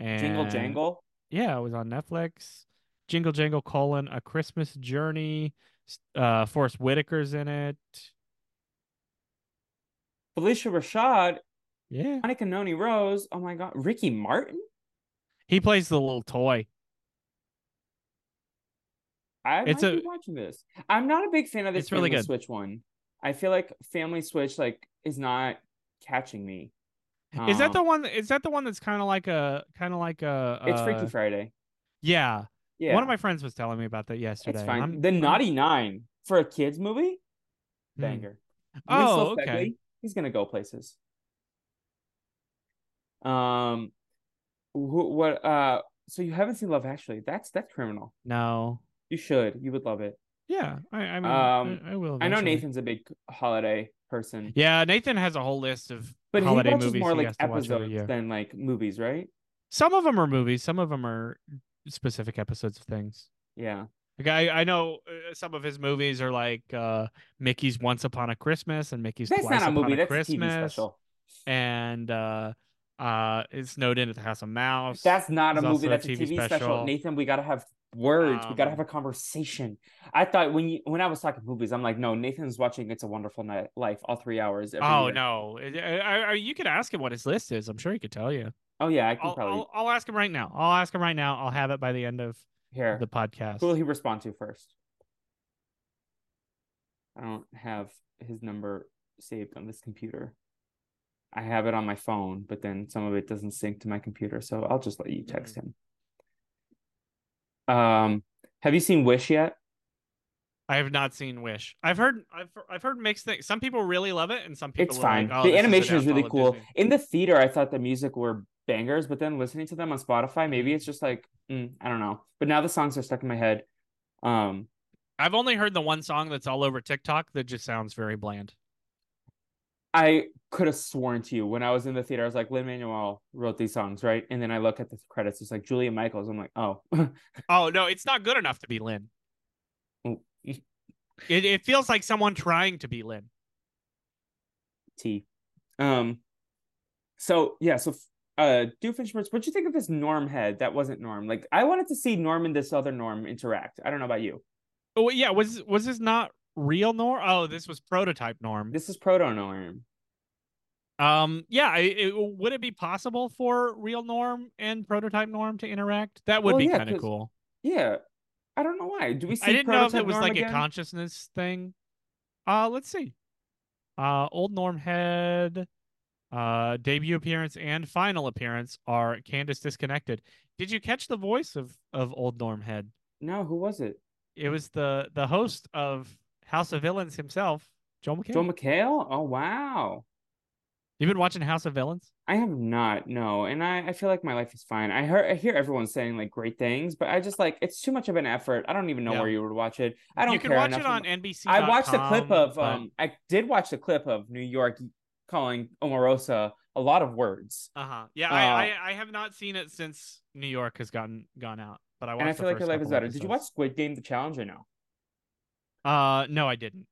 Speaker 2: And
Speaker 3: jingle jangle
Speaker 2: Yeah, it was on Netflix. Jingle Jangle: colon A Christmas Journey. S- Uh, Forrest Whitaker's in it.
Speaker 3: felicia rashad
Speaker 2: Yeah,
Speaker 3: monica noni rose oh my god ricky martin
Speaker 2: he plays the little toy.
Speaker 3: i
Speaker 2: It's
Speaker 3: might be
Speaker 2: a-
Speaker 3: watching this i'm not a big fan of this
Speaker 2: It's really
Speaker 3: family
Speaker 2: good.
Speaker 3: switch one i feel like family switch like is not catching me
Speaker 2: Is that the
Speaker 3: Um,
Speaker 2: one? Is that the one that's kind of like a kind of like a?
Speaker 3: it's
Speaker 2: uh,
Speaker 3: freaky friday
Speaker 2: Yeah.
Speaker 3: yeah
Speaker 2: One of my friends was telling me about that yesterday.
Speaker 3: It's fine.
Speaker 2: I'm-
Speaker 3: the
Speaker 2: I'm-
Speaker 3: Naughty Nine for a kids movie,
Speaker 2: Hmm.
Speaker 3: banger.
Speaker 2: Oh,
Speaker 3: Winslow
Speaker 2: okay.
Speaker 3: Begley, he's gonna go places. Um, wh- what? Uh, so you haven't seen Love Actually? That's that's criminal.
Speaker 2: No.
Speaker 3: You should. You would love it.
Speaker 2: Yeah. I, I mean,
Speaker 3: Um,
Speaker 2: I, I will.
Speaker 3: I know
Speaker 2: eventually.
Speaker 3: Nathan's a big holiday person,
Speaker 2: Yeah, Nathan has a whole list of
Speaker 3: but he
Speaker 2: holiday
Speaker 3: watches
Speaker 2: movies
Speaker 3: more
Speaker 2: he
Speaker 3: like
Speaker 2: has to watch every
Speaker 3: episodes
Speaker 2: year.
Speaker 3: than like movies, right?
Speaker 2: Some of them are movies. Some of them are specific episodes of things.
Speaker 3: Yeah.
Speaker 2: Like I, I know uh, some of his movies are like uh, Mickey's Once Upon a Christmas and Mickey's
Speaker 3: That's
Speaker 2: Twice
Speaker 3: not a
Speaker 2: Upon
Speaker 3: movie. that's
Speaker 2: Christmas
Speaker 3: a TV special.
Speaker 2: and uh, uh, it's snowed in at the House of Mouse.
Speaker 3: That's not a
Speaker 2: There's
Speaker 3: movie.
Speaker 2: also a
Speaker 3: That's a
Speaker 2: TV
Speaker 3: TV special.
Speaker 2: special.
Speaker 3: Nathan, we gotta have words. we gotta
Speaker 2: Um,
Speaker 3: have a conversation. I thought when you when I was talking movies, I'm like, no, Nathan's watching It's a Wonderful Night Life all three hours. Every
Speaker 2: oh
Speaker 3: year.
Speaker 2: no, I, I, I- you could ask him what his list is. I'm sure he could tell you.
Speaker 3: Oh yeah, I can
Speaker 2: I'll,
Speaker 3: probably
Speaker 2: I'll, I'll ask him right now. I'll ask him right now. I'll have it by the end of
Speaker 3: hear.
Speaker 2: the podcast.
Speaker 3: Who will he respond to first? I don't have his number saved on this computer. I have it on my phone, but then some of it doesn't sync to my computer, so I'll just let you
Speaker 2: Mm.
Speaker 3: text him. Um, have you seen Wish yet?
Speaker 2: I have not seen Wish. I've heard I've I've heard mixed things. Some people really love it, and some people
Speaker 3: It's
Speaker 2: are
Speaker 3: fine.
Speaker 2: Like, oh,
Speaker 3: the
Speaker 2: this a
Speaker 3: animation is, really
Speaker 2: downfall of
Speaker 3: cool.
Speaker 2: Disney."
Speaker 3: In the theater, I thought the music were bangers, but then listening to them on Spotify, maybe it's just like mm, I don't know. But now the songs are stuck in my head. Um,
Speaker 2: I've only heard the one song that's all over TikTok that just sounds very bland.
Speaker 3: I could have sworn to you when I was in the theater, I was like, Lin Manuel wrote these songs, right? And then I look at the credits, it's like Julia Michaels. I'm like, oh,
Speaker 2: Oh no, it's not good enough to be Lynn.
Speaker 3: Oh.
Speaker 2: It it feels like someone trying to be Lynn.
Speaker 3: T. Um, so yeah, so uh, Doofenshmirtz, what'd you think of this Norm head? That wasn't Norm. Like, I wanted to see Norm and this other Norm interact. I don't know about you.
Speaker 2: Oh yeah, was was this not real Norm? Oh, this was prototype Norm.
Speaker 3: This is proto Norm.
Speaker 2: Um, yeah, I it, would it be possible for real Norm and prototype Norm to interact? That would
Speaker 3: Well,
Speaker 2: be
Speaker 3: yeah,
Speaker 2: kind of
Speaker 3: 'cause
Speaker 2: cool.
Speaker 3: Yeah, I don't know why. Do we see?
Speaker 2: I didn't know if
Speaker 3: Prototype
Speaker 2: it was
Speaker 3: Norm
Speaker 2: like
Speaker 3: again?
Speaker 2: a consciousness thing. Uh, let's see. Uh, old Norm head, uh, debut appearance and final appearance are Candace disconnected. Did you catch the voice of of old Norm head?
Speaker 3: No, who was it?
Speaker 2: It was the the host of House of Villains himself, Joel McHale.
Speaker 3: Joel McHale. Oh wow,
Speaker 2: You've been watching House of Villains?
Speaker 3: I have not. No, and I I feel like my life is fine. I hear I hear everyone saying like great things, but I just like it's too much of an effort. I don't even know
Speaker 2: Yeah.
Speaker 3: where you would watch it. I don't
Speaker 2: you can
Speaker 3: care
Speaker 2: watch
Speaker 3: enough
Speaker 2: it on
Speaker 3: about-
Speaker 2: NBC.
Speaker 3: I watched a clip of um. I did watch the clip of New York calling Omarosa a lot of words,
Speaker 2: Uh huh. Yeah,
Speaker 3: uh,
Speaker 2: I, I I have not seen it since New York has gotten gone out. But I watched.
Speaker 3: and I
Speaker 2: the
Speaker 3: feel like your
Speaker 2: first
Speaker 3: life is
Speaker 2: couple
Speaker 3: better. Did you watch
Speaker 2: episodes.
Speaker 3: Squid Game: The Challenge or no?
Speaker 2: Uh, no, I didn't.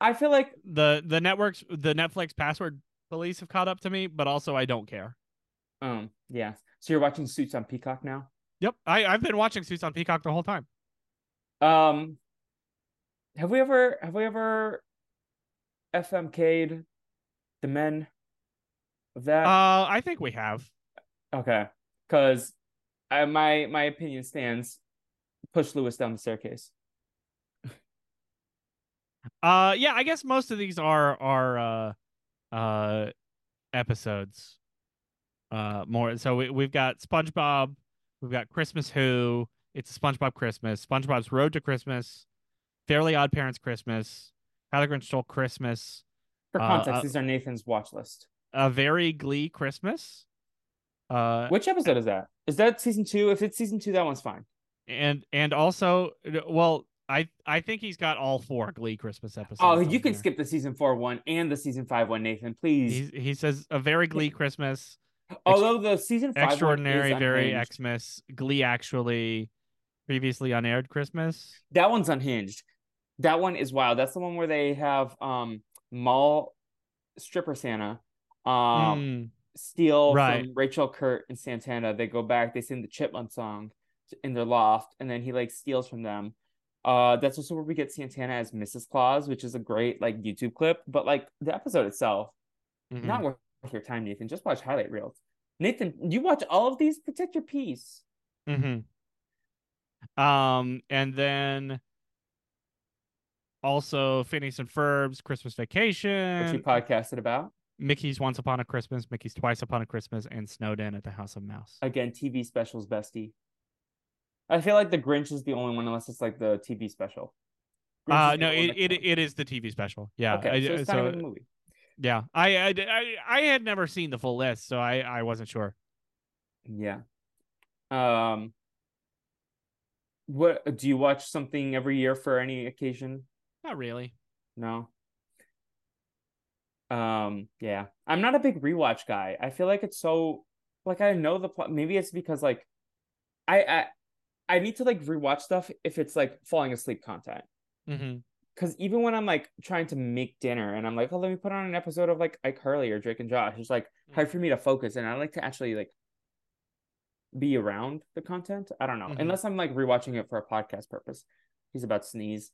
Speaker 3: I feel like
Speaker 2: the The networks, the Netflix password police have caught up to me, but also I don't care.
Speaker 3: um yeah. So you're watching Suits on Peacock now.
Speaker 2: Yep, I I've been watching Suits on Peacock the whole time.
Speaker 3: Um, have we ever have we ever FMK'd the men of that?
Speaker 2: Uh, I think we have.
Speaker 3: okay, because I my my opinion stands. Push Lewis down the staircase.
Speaker 2: Uh, yeah, I guess most of these are are uh, uh, episodes. Uh, more so we we've got SpongeBob, we've got Christmas Who, it's a SpongeBob Christmas, SpongeBob's Road to Christmas, Fairly Odd Parents Christmas, How the Grinch Stole Christmas,
Speaker 3: For
Speaker 2: Uh,
Speaker 3: context,
Speaker 2: uh,
Speaker 3: these are Nathan's watch list.
Speaker 2: A Very Glee Christmas, uh,
Speaker 3: Which episode is that? Is that season two? If it's season two, that one's fine.
Speaker 2: and and also uh, well. I, I think he's got all four Glee Christmas episodes.
Speaker 3: Oh,
Speaker 2: on
Speaker 3: you can
Speaker 2: here.
Speaker 3: skip the season four one and the season five one, Nathan, please.
Speaker 2: He's, he says a very Glee Christmas,
Speaker 3: Although the season five one is
Speaker 2: extraordinary very
Speaker 3: unhinged.
Speaker 2: xmas glee actually previously unaired christmas
Speaker 3: That one's unhinged. That one is wild. That's the one where they have um mall stripper Santa um
Speaker 2: Mm,
Speaker 3: steal
Speaker 2: right.
Speaker 3: from Rachel Kurt and Santana. They go back, they sing the chipmunk song in their loft, and then he like steals from them. Uh that's also where we get Santana as Mrs. Claus, which is a great like YouTube clip. But like the episode itself,
Speaker 2: mhm.
Speaker 3: not worth your time, Nathan. Just watch highlight reels. Nathan, you watch all of these, protect your peace.
Speaker 2: Mm-hmm. Um, and then also Phineas and Ferb's Christmas
Speaker 3: Which we
Speaker 2: Vacation,
Speaker 3: podcasted about.
Speaker 2: Mickey's Once Upon a Christmas, Mickey's Twice Upon a Christmas, and Snowden at the House of Mouse.
Speaker 3: again TV specials bestie. I feel like the Grinch is the only one unless it's like the TV special. Grinch
Speaker 2: Uh,
Speaker 3: is the
Speaker 2: no,
Speaker 3: only
Speaker 2: it,
Speaker 3: one
Speaker 2: it
Speaker 3: that's
Speaker 2: it is the TV special. Yeah,
Speaker 3: done. okay,
Speaker 2: I-
Speaker 3: so it's not
Speaker 2: so,
Speaker 3: even a movie.
Speaker 2: yeah, I, I I I had never seen the full list, so I I wasn't sure.
Speaker 3: Yeah. Um. What do you watch something every year for any occasion?
Speaker 2: Not really.
Speaker 3: No. Um. Yeah, I'm not a big rewatch guy. I feel like it's so like I know the plot. Maybe it's because like I I I need to like rewatch stuff if it's like falling asleep content.
Speaker 2: Mhm.
Speaker 3: Cause even when I'm like trying to make dinner and I'm like, oh, let me put on an episode of like Ike Hurley or Drake and Josh, it's like hard for me to focus. And I like to actually like be around the content. I don't know.
Speaker 2: Mhm.
Speaker 3: Unless I'm like rewatching it for a podcast purpose. He's about to sneeze.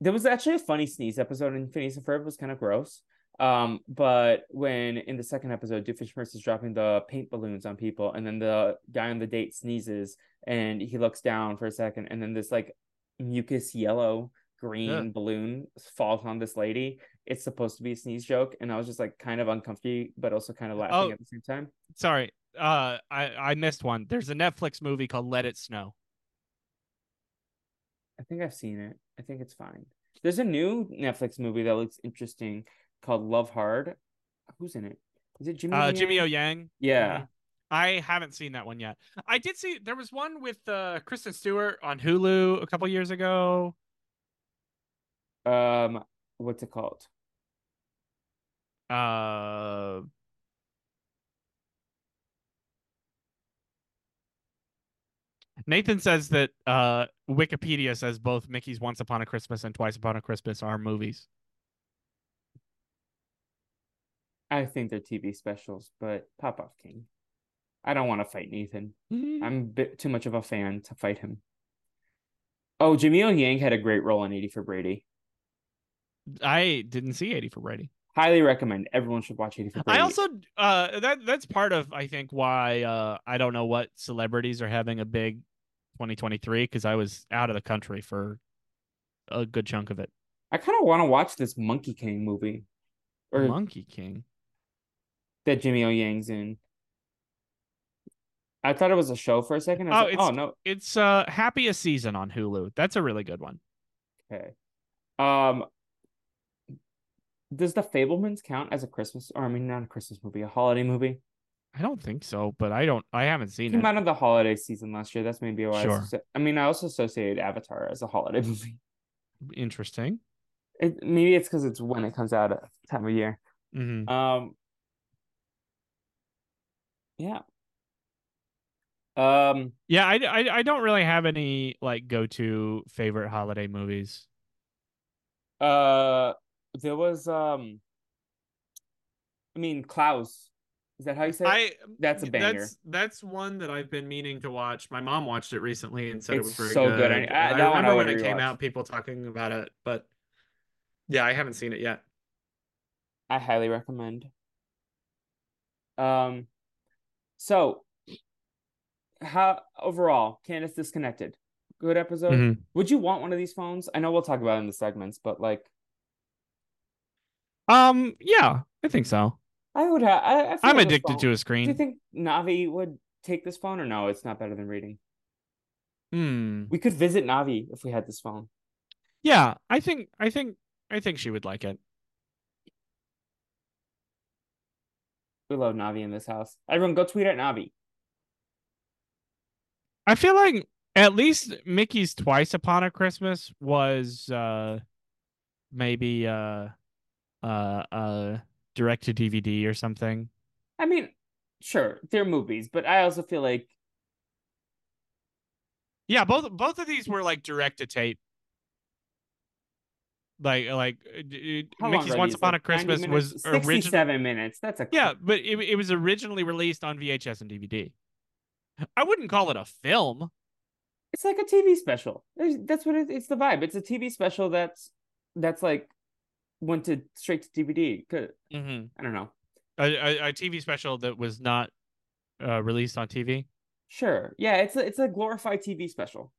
Speaker 3: There was actually a funny sneeze episode in Phineas and Ferb. It was kind of gross. Um, but when in the second episode, Doofenshmirtz is dropping the paint balloons on people, and then the guy on the date sneezes and he looks down for a second, and then this like mucus yellow green
Speaker 2: Yeah.
Speaker 3: balloon falls on this lady. It's supposed to be a sneeze joke, and I was just like kind of uncomfy, but also kind of laughing
Speaker 2: Oh.
Speaker 3: at the same time.
Speaker 2: Sorry. Uh, I I missed one. There's a Netflix movie called Let It Snow.
Speaker 3: I think I've seen it. I think it's fine. There's a new Netflix movie that looks interesting called Love Hard. Who's in it? Is it Jimmy?
Speaker 2: Uh,
Speaker 3: Yang?
Speaker 2: Jimmy O Yang.
Speaker 3: Yeah.
Speaker 2: Mhm. I haven't seen that one yet. I did see there was one with uh, Kristen Stewart on Hulu a couple years ago.
Speaker 3: Um, what's it called?
Speaker 2: Uh, Nathan says that uh, Wikipedia says both Mickey's Once Upon a Christmas and Twice Upon a Christmas are movies.
Speaker 3: I think they're TV specials, but Pop Off King. I don't want to fight Nathan. I'm a bit too much of a fan to fight him. Oh, Jameel Yang had a great role in 80 for Brady.
Speaker 2: I didn't see 80 for Brady.
Speaker 3: Highly recommend. Everyone should watch 80 for Brady.
Speaker 2: I also uh that that's part of I think why uh I don't know what celebrities are having a big 2023 because I was out of the country for a good chunk of it.
Speaker 3: I kind of want to watch this Monkey King movie or
Speaker 2: Monkey King.
Speaker 3: that Jimmy O Yang's in. I thought it was a show for a second.
Speaker 2: Oh,
Speaker 3: I was like,
Speaker 2: it's-
Speaker 3: oh no.
Speaker 2: It's uh happiest season on Hulu. That's a really good one.
Speaker 3: Okay. Um does the Fablemans count as a Christmas or I mean not a Christmas movie, a holiday movie?
Speaker 2: I don't think so, but I don't I haven't
Speaker 3: It
Speaker 2: seen
Speaker 3: came
Speaker 2: it.
Speaker 3: out of the holiday season last year. That's maybe why. I
Speaker 2: Sure.
Speaker 3: associ- I mean, I also associated Avatar as a holiday movie.
Speaker 2: Interesting.
Speaker 3: It, maybe it's because it's when it comes out at the time of year.
Speaker 2: hmm
Speaker 3: Um. Yeah. Um.
Speaker 2: Yeah, I, I I don't really have any like go to favorite holiday movies.
Speaker 3: Uh. There was um. I mean, Klaus. Is that how you say? it? That's a banger.
Speaker 2: That's that's one that I've been meaning to watch. My mom watched it recently and said
Speaker 3: It's
Speaker 2: it was very
Speaker 3: so good.
Speaker 2: good.
Speaker 3: I- I-
Speaker 2: And
Speaker 3: that
Speaker 2: I
Speaker 3: one I
Speaker 2: remember when
Speaker 3: would
Speaker 2: it came
Speaker 3: rewatch.
Speaker 2: out, people talking about it, but yeah, I haven't seen it yet.
Speaker 3: I highly recommend. Um. So. How overall, Candace disconnected. Good episode.
Speaker 2: Mm-hmm.
Speaker 3: Would you want one of these phones? I know we'll talk about it in the segments, but like
Speaker 2: Um, yeah, I think so.
Speaker 3: I would have. I, I feel
Speaker 2: I'm
Speaker 3: like this
Speaker 2: addicted
Speaker 3: phone-
Speaker 2: to a
Speaker 3: Do you
Speaker 2: screen.
Speaker 3: think Navi would take this phone or no? It's not better than reading.
Speaker 2: Hmm.
Speaker 3: We could visit Navi if we had this phone.
Speaker 2: Yeah, I think I think I think she would like it.
Speaker 3: We love Navi in this house. Everyone, go tweet at Navi.
Speaker 2: I feel like at least Mickey's Twice Upon a Christmas was uh maybe uh uh uh direct to DVD or something.
Speaker 3: I mean, sure, they're movies, but I also feel like
Speaker 2: Yeah, both both of these were like direct to tape. Like like uh, d-
Speaker 3: how long
Speaker 2: Mickey's
Speaker 3: are
Speaker 2: Once
Speaker 3: these?
Speaker 2: Upon
Speaker 3: Like
Speaker 2: a
Speaker 3: 90
Speaker 2: Christmas was
Speaker 3: minutes?
Speaker 2: original.
Speaker 3: sixty-seven minutes. That's a
Speaker 2: Yeah, but it it was originally released on VHS and DVD. I wouldn't call it a film.
Speaker 3: It's like a TV special. There's- That's what it, it's the vibe. It's a TV special that's that's like went to straight to DVD. 'Cause-
Speaker 2: Mm-hmm.
Speaker 3: I don't know.
Speaker 2: A, a, a TV special that was not uh, released on TV.
Speaker 3: Sure. Yeah, it's a, it's a glorified TV special.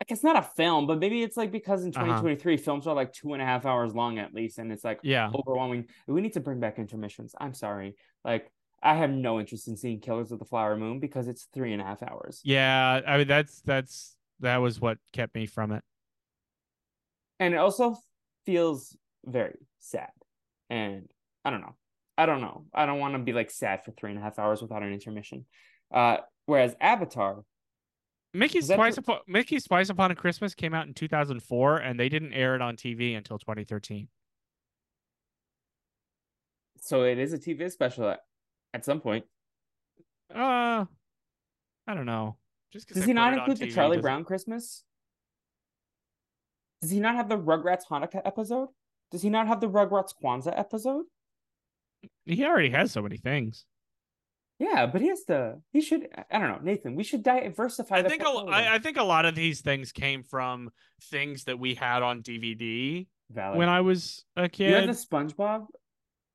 Speaker 3: Like it's not a film, but maybe it's like because in
Speaker 2: Uh-huh.
Speaker 3: 2023 films are like two and a half hours long at least, and it's like
Speaker 2: Yeah.
Speaker 3: overwhelming. We need to bring back intermissions. I'm sorry. Like I have no interest in seeing Killers of the Flower Moon because it's three and a half hours.
Speaker 2: Yeah, I mean that's that's that was what kept me from it.
Speaker 3: And it also feels very sad. And I don't know. I don't know. I don't want to be like sad for three and a half hours without an intermission. Uh whereas Avatar,
Speaker 2: Mickey's
Speaker 3: that
Speaker 2: Twice
Speaker 3: the-
Speaker 2: Upon Mickey's Twice Upon a Christmas came out in 2004 and they didn't air it on TV until 2013.
Speaker 3: so it is a TV special at, at some point.
Speaker 2: Uh I don't know. Just 'cause
Speaker 3: Does
Speaker 2: they
Speaker 3: he
Speaker 2: put
Speaker 3: not
Speaker 2: it on
Speaker 3: include the
Speaker 2: TV
Speaker 3: Charlie
Speaker 2: doesn't-
Speaker 3: Brown Christmas? Does he not have the Rugrats Hanukkah episode? Does he not have the Rugrats Kwanzaa episode?
Speaker 2: He already has so many things.
Speaker 3: Yeah, but he has to. He should. I- I don't know, Nathan. We should diversify.
Speaker 2: I
Speaker 3: the
Speaker 2: think a, l-
Speaker 3: portfolio.
Speaker 2: I, I think a lot of these things came from things that we had on DVD
Speaker 3: Valid.
Speaker 2: when I was a
Speaker 3: you have
Speaker 2: kid.
Speaker 3: the SpongeBob.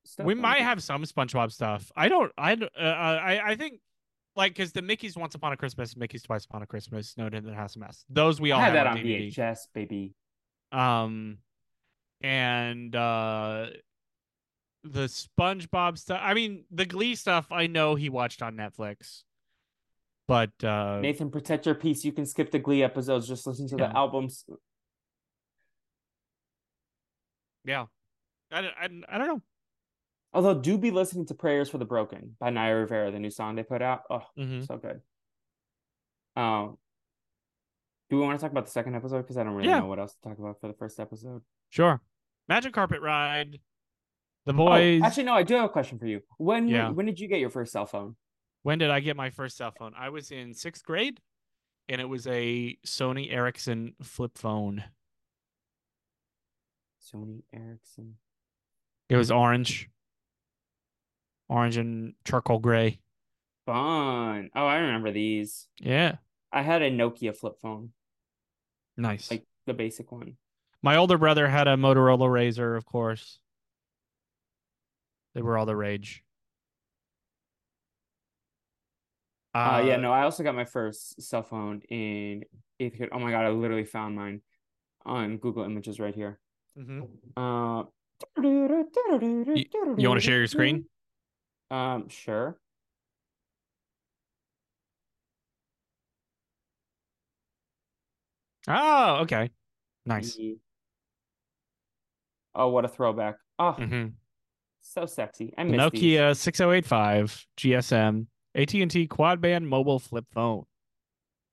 Speaker 3: Stuff
Speaker 2: we
Speaker 3: on
Speaker 2: might
Speaker 3: here?
Speaker 2: have some SpongeBob stuff. I don't. I. d- Uh, uh, I. I think like because the Mickey's Once Upon a Christmas, Mickey's Twice Upon a Christmas, Snowden in the House of Mess. Those we all
Speaker 3: I had
Speaker 2: have
Speaker 3: that
Speaker 2: on
Speaker 3: on
Speaker 2: DVD.
Speaker 3: VHS, baby.
Speaker 2: um and uh the spongebob stuff i mean the glee stuff i know he watched on netflix but uh
Speaker 3: Nathan, protect your peace. You can skip the Glee episodes. Just listen to
Speaker 2: Yeah.
Speaker 3: the albums.
Speaker 2: yeah I, don't- I, don't- I don't know
Speaker 3: Although, do be listening to "Prayers for the Broken" by Naya Rivera, the new song they put out. Oh,
Speaker 2: Mhm.
Speaker 3: so good. Um, do we want to talk about the second episode? Because I don't really
Speaker 2: Yeah.
Speaker 3: know what else to talk about for the first episode.
Speaker 2: sure magic carpet ride the
Speaker 3: Oh,
Speaker 2: boys
Speaker 3: actually, no. I do have a question for you. When
Speaker 2: Yeah.
Speaker 3: when did you get your first cell phone?
Speaker 2: when did i get my first cell phone i was in sixth grade and it was a sony ericsson flip phone
Speaker 3: Sony Ericsson.
Speaker 2: it was orange orange and charcoal gray
Speaker 3: Fun. Oh, I remember these.
Speaker 2: yeah
Speaker 3: I had a Nokia flip phone,
Speaker 2: nice
Speaker 3: like the basic one.
Speaker 2: My older brother had a Motorola Razor, of course. They were all the rage.
Speaker 3: Uh, yeah, no, I also got my first cell phone in eighth grade. Oh my god, I literally found mine on Google Images right here. Uh, you,
Speaker 2: mm-hmm. you wanna share your screen?
Speaker 3: Um, sure.
Speaker 2: Oh, okay. Nice.
Speaker 3: Ye- E. Oh, what a throwback! Oh,
Speaker 2: Mhm.
Speaker 3: so sexy. I miss these.
Speaker 2: Nokia 6085 GSM AT&T quad band mobile flip phone.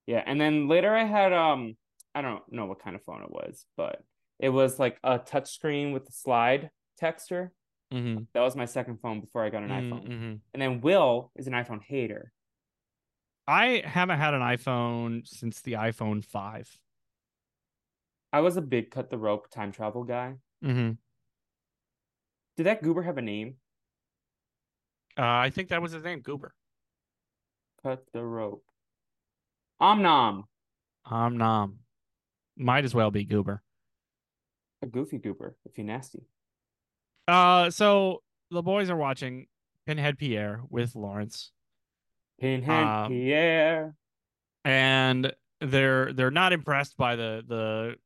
Speaker 3: Yeah, and then later I had um I don't know what kind of phone it was, but it was like a touchscreen with the slide texture.
Speaker 2: Mhm.
Speaker 3: That was my second phone before I got an
Speaker 2: Mm,
Speaker 3: iPhone.
Speaker 2: mhm.
Speaker 3: And then Will is an iPhone hater.
Speaker 2: I haven't had an iPhone since the iPhone 5.
Speaker 3: I was a big cut the rope time travel guy.
Speaker 2: Mhm.
Speaker 3: Did that goober have a name?
Speaker 2: Uh, I think that was his name, Goober.
Speaker 3: Cut the rope. Om nom.
Speaker 2: Om nom. Might as well be Goober.
Speaker 3: A goofy goober, if you nasty.
Speaker 2: Uh, so the boys are watching Pinhead Pierre with Lawrence,
Speaker 3: Pinhead
Speaker 2: Um,
Speaker 3: Pierre.
Speaker 2: and they're they're not impressed by the the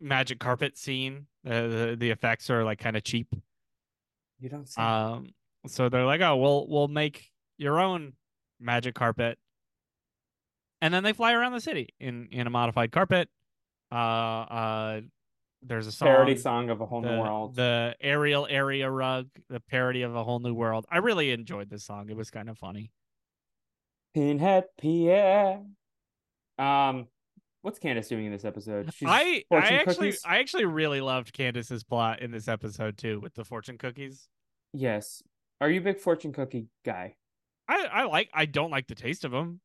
Speaker 2: magic carpet scene. Uh, the the effects are like kind of cheap.
Speaker 3: You don't say
Speaker 2: Um, so they're like, "Oh, we'll we'll make your own magic carpet," and then they fly around the city in in a modified carpet. Uh, uh, there's a song.
Speaker 3: parody song of a whole
Speaker 2: the,
Speaker 3: new world.
Speaker 2: The Ariel Area Rug, the parody of A Whole New World. I really enjoyed this song. It was kind of funny.
Speaker 3: Pinhead Pierre. Um, what's Candace doing in this episode? She's
Speaker 2: I I
Speaker 3: fortune
Speaker 2: actually
Speaker 3: cookies?
Speaker 2: I actually really loved Candace's plot in this episode too with the fortune cookies.
Speaker 3: yes. Are you a big fortune cookie guy?
Speaker 2: I I like I don't like the taste of them,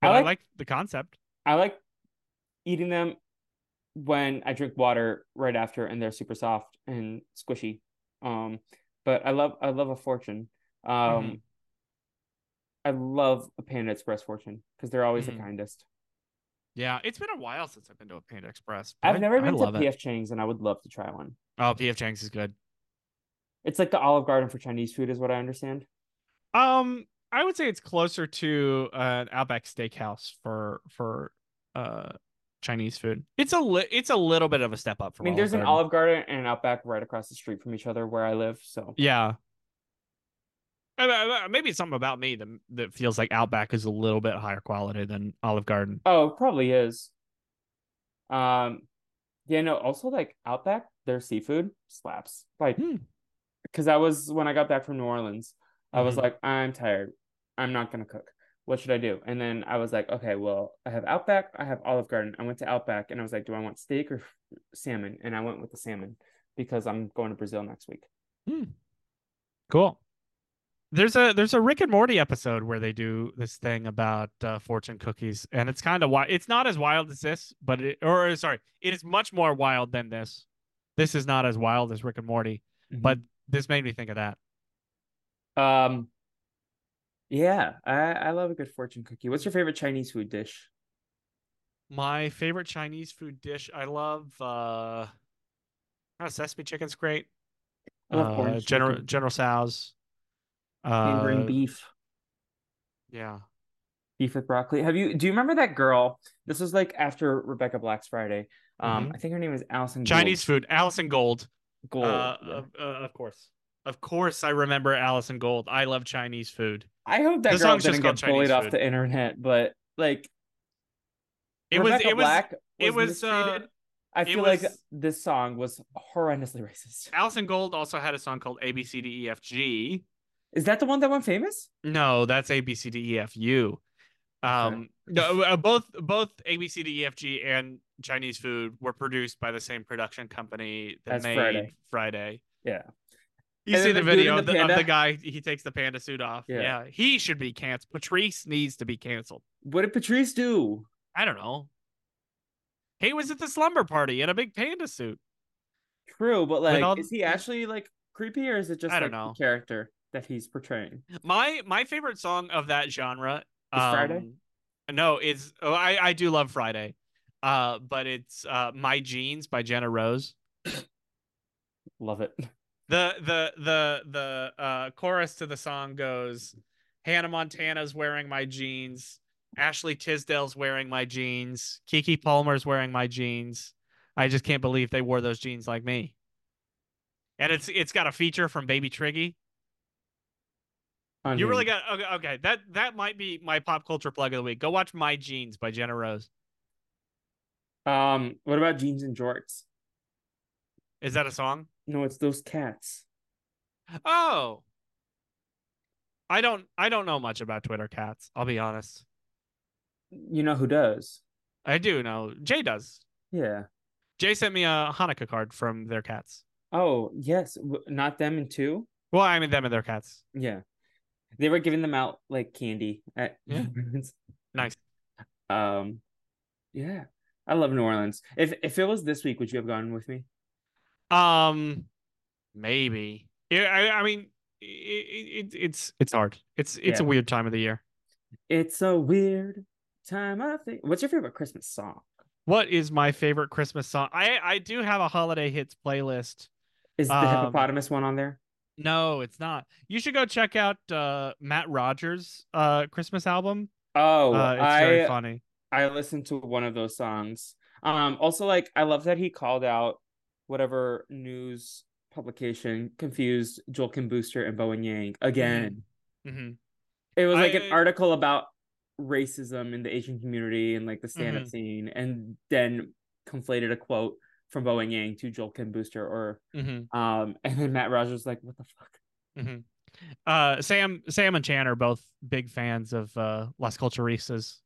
Speaker 3: I
Speaker 2: but I
Speaker 3: like-
Speaker 2: like the concept.
Speaker 3: I like eating them when I drink water right after, and they're super soft and squishy. Um, but I love I love a fortune. Um,
Speaker 2: Mhm.
Speaker 3: I love a Panda Express fortune because they're always
Speaker 2: Mhm.
Speaker 3: the kindest.
Speaker 2: Yeah, it's been a while since I've been to a Panda Express. but
Speaker 3: I've
Speaker 2: I-
Speaker 3: never
Speaker 2: I
Speaker 3: been to
Speaker 2: love it.
Speaker 3: PF Chang's, and I would love to try one.
Speaker 2: Oh, PF Chang's is good.
Speaker 3: It's like the Olive Garden for Chinese food, is what I understand.
Speaker 2: Um, I would say it's closer to uh, an Outback Steakhouse for for uh Chinese food. It's a li- it's a little bit of a step up
Speaker 3: I
Speaker 2: from.
Speaker 3: mean, there's an
Speaker 2: Garden.
Speaker 3: Olive Garden and an Outback right across the street from each other where I live. So
Speaker 2: Yeah. I- I- I- Maybe it's something about me that that feels like Outback is a little bit higher quality than Olive Garden.
Speaker 3: oh, it probably is. Um, yeah, no. Also, like Outback, their seafood slaps. Like,
Speaker 2: Hmm.
Speaker 3: because I was when I got back from New Orleans, I was
Speaker 2: Mhm.
Speaker 3: like, I'm tired. I'm not gonna cook. What should I do? And then I was like, okay, well, I have Outback, I have Olive Garden. I went to Outback, and I was like, do I want steak or salmon? And I went with the salmon because I'm going to Brazil next week.
Speaker 2: Cool. There's a there's a Rick and Morty episode where they do this thing about uh, fortune cookies, and it's kind of wild. It's not as wild as this, but it, or uh, sorry, it is much more wild than this. This is not as wild as Rick and Morty,
Speaker 3: Mhm.
Speaker 2: but this made me think of that.
Speaker 3: Um, yeah, I I love a good fortune cookie. What's your favorite Chinese food dish?
Speaker 2: My favorite Chinese food dish. I love uh, oh, sesame chicken's great.
Speaker 3: I love
Speaker 2: Uh,
Speaker 3: orange
Speaker 2: General
Speaker 3: chicken.
Speaker 2: General Tso's.
Speaker 3: And green
Speaker 2: Uh,
Speaker 3: beef,
Speaker 2: yeah.
Speaker 3: beef with broccoli. Have you? Do you remember that girl? This was like after Rebecca Black's Friday. Um, I think her name was Allison.
Speaker 2: Mm-hmm. Chinese food. Allison Gold.
Speaker 3: Gold.
Speaker 2: Uh,
Speaker 3: yeah.
Speaker 2: of, uh, of course. Of course, I remember Allison Gold. I love Chinese food.
Speaker 3: I hope that
Speaker 2: the
Speaker 3: girl
Speaker 2: song's just
Speaker 3: didn't get
Speaker 2: called
Speaker 3: bullied
Speaker 2: Chinese
Speaker 3: off
Speaker 2: food.
Speaker 3: the internet, but like
Speaker 2: It
Speaker 3: Rebecca
Speaker 2: was. It was.
Speaker 3: Black
Speaker 2: it was, uh,
Speaker 3: mistreated. I
Speaker 2: it
Speaker 3: feel like
Speaker 2: was-
Speaker 3: this song was horrendously racist.
Speaker 2: Allison Gold also had a song called A B C D E F G.
Speaker 3: Is that the one that went famous?
Speaker 2: No, that's A B C D E F U. Um, no, uh, both both A B C D E F G and Chinese food were produced by the same production company that
Speaker 3: That's
Speaker 2: made
Speaker 3: Friday.
Speaker 2: Friday.
Speaker 3: Yeah.
Speaker 2: You
Speaker 3: And
Speaker 2: see
Speaker 3: then
Speaker 2: the
Speaker 3: the dude in
Speaker 2: video
Speaker 3: the
Speaker 2: of the, of
Speaker 3: panda.
Speaker 2: the guy. He takes the panda suit off.
Speaker 3: Yeah.
Speaker 2: yeah, he should be canceled. Patrice needs to be canceled.
Speaker 3: What did Patrice do?
Speaker 2: I don't know. He was at the slumber party in a big panda suit.
Speaker 3: True, but like,
Speaker 2: all-
Speaker 3: is he actually like creepy, or is it just
Speaker 2: I don't
Speaker 3: like the
Speaker 2: know.
Speaker 3: character that he's portraying?
Speaker 2: My my favorite song of that genre
Speaker 3: Is Friday?
Speaker 2: um, No, it's oh, I I do love Friday, uh, but it's uh, "My Jeans" by Jenna Rose.
Speaker 3: Love it.
Speaker 2: The the the the uh, chorus to the song goes, "Hannah Montana's wearing my jeans, Ashley Tisdale's wearing my jeans, Kiki Palmer's wearing my jeans. I just can't believe they wore those jeans like me." And it's it's got a feature from Baby Triggy.
Speaker 3: On
Speaker 2: You really
Speaker 3: him.
Speaker 2: got okay, okay. That that might be my pop culture plug of the week. Go watch My Jeans by Jenna Rose.
Speaker 3: Um, what about jeans and jorts?
Speaker 2: Is that a song?
Speaker 3: No, it's those cats.
Speaker 2: Oh. I don't I don't know much about Twitter cats, I'll be honest.
Speaker 3: You know who does?
Speaker 2: I do know Jay does.
Speaker 3: Yeah.
Speaker 2: Jay sent me a Hanukkah card from their cats.
Speaker 3: Oh yes, w- not them and two.
Speaker 2: Well, I mean them and their cats.
Speaker 3: Yeah, they were giving them out like candy at
Speaker 2: Yeah. Nice.
Speaker 3: Um, yeah, I love New Orleans. If if it was this week, would you have gone with me?
Speaker 2: Um maybe. Yeah, I I mean i it, it, it's it's hard. It's it's a
Speaker 3: Yeah.
Speaker 2: weird time of the year.
Speaker 3: It's a weird time. I think. What's your favorite Christmas song?
Speaker 2: What is my favorite Christmas song? I I do have a holiday hits playlist
Speaker 3: Is the
Speaker 2: Um,
Speaker 3: hippopotamus one on there?
Speaker 2: No, it's not. You should go check out uh, Matt Rogers' uh, Christmas album.
Speaker 3: Oh,
Speaker 2: uh, it's very
Speaker 3: I
Speaker 2: funny.
Speaker 3: I listened to one of those songs. Um, also like I love that he called out whatever news publication confused Joel Kim Booster and Bowen Yang again.
Speaker 2: hmm
Speaker 3: It was like
Speaker 2: I-
Speaker 3: an article about racism in the Asian community and like the stand-up
Speaker 2: Mhm.
Speaker 3: scene, and then conflated a quote from Bowen Yang to Joel Kim Booster, or
Speaker 2: hmm
Speaker 3: um, and then Matt Rogers was like, "What the fuck."
Speaker 2: hmm Uh, Sam, Sam and Chan are both big fans of uh, Las Culturistas,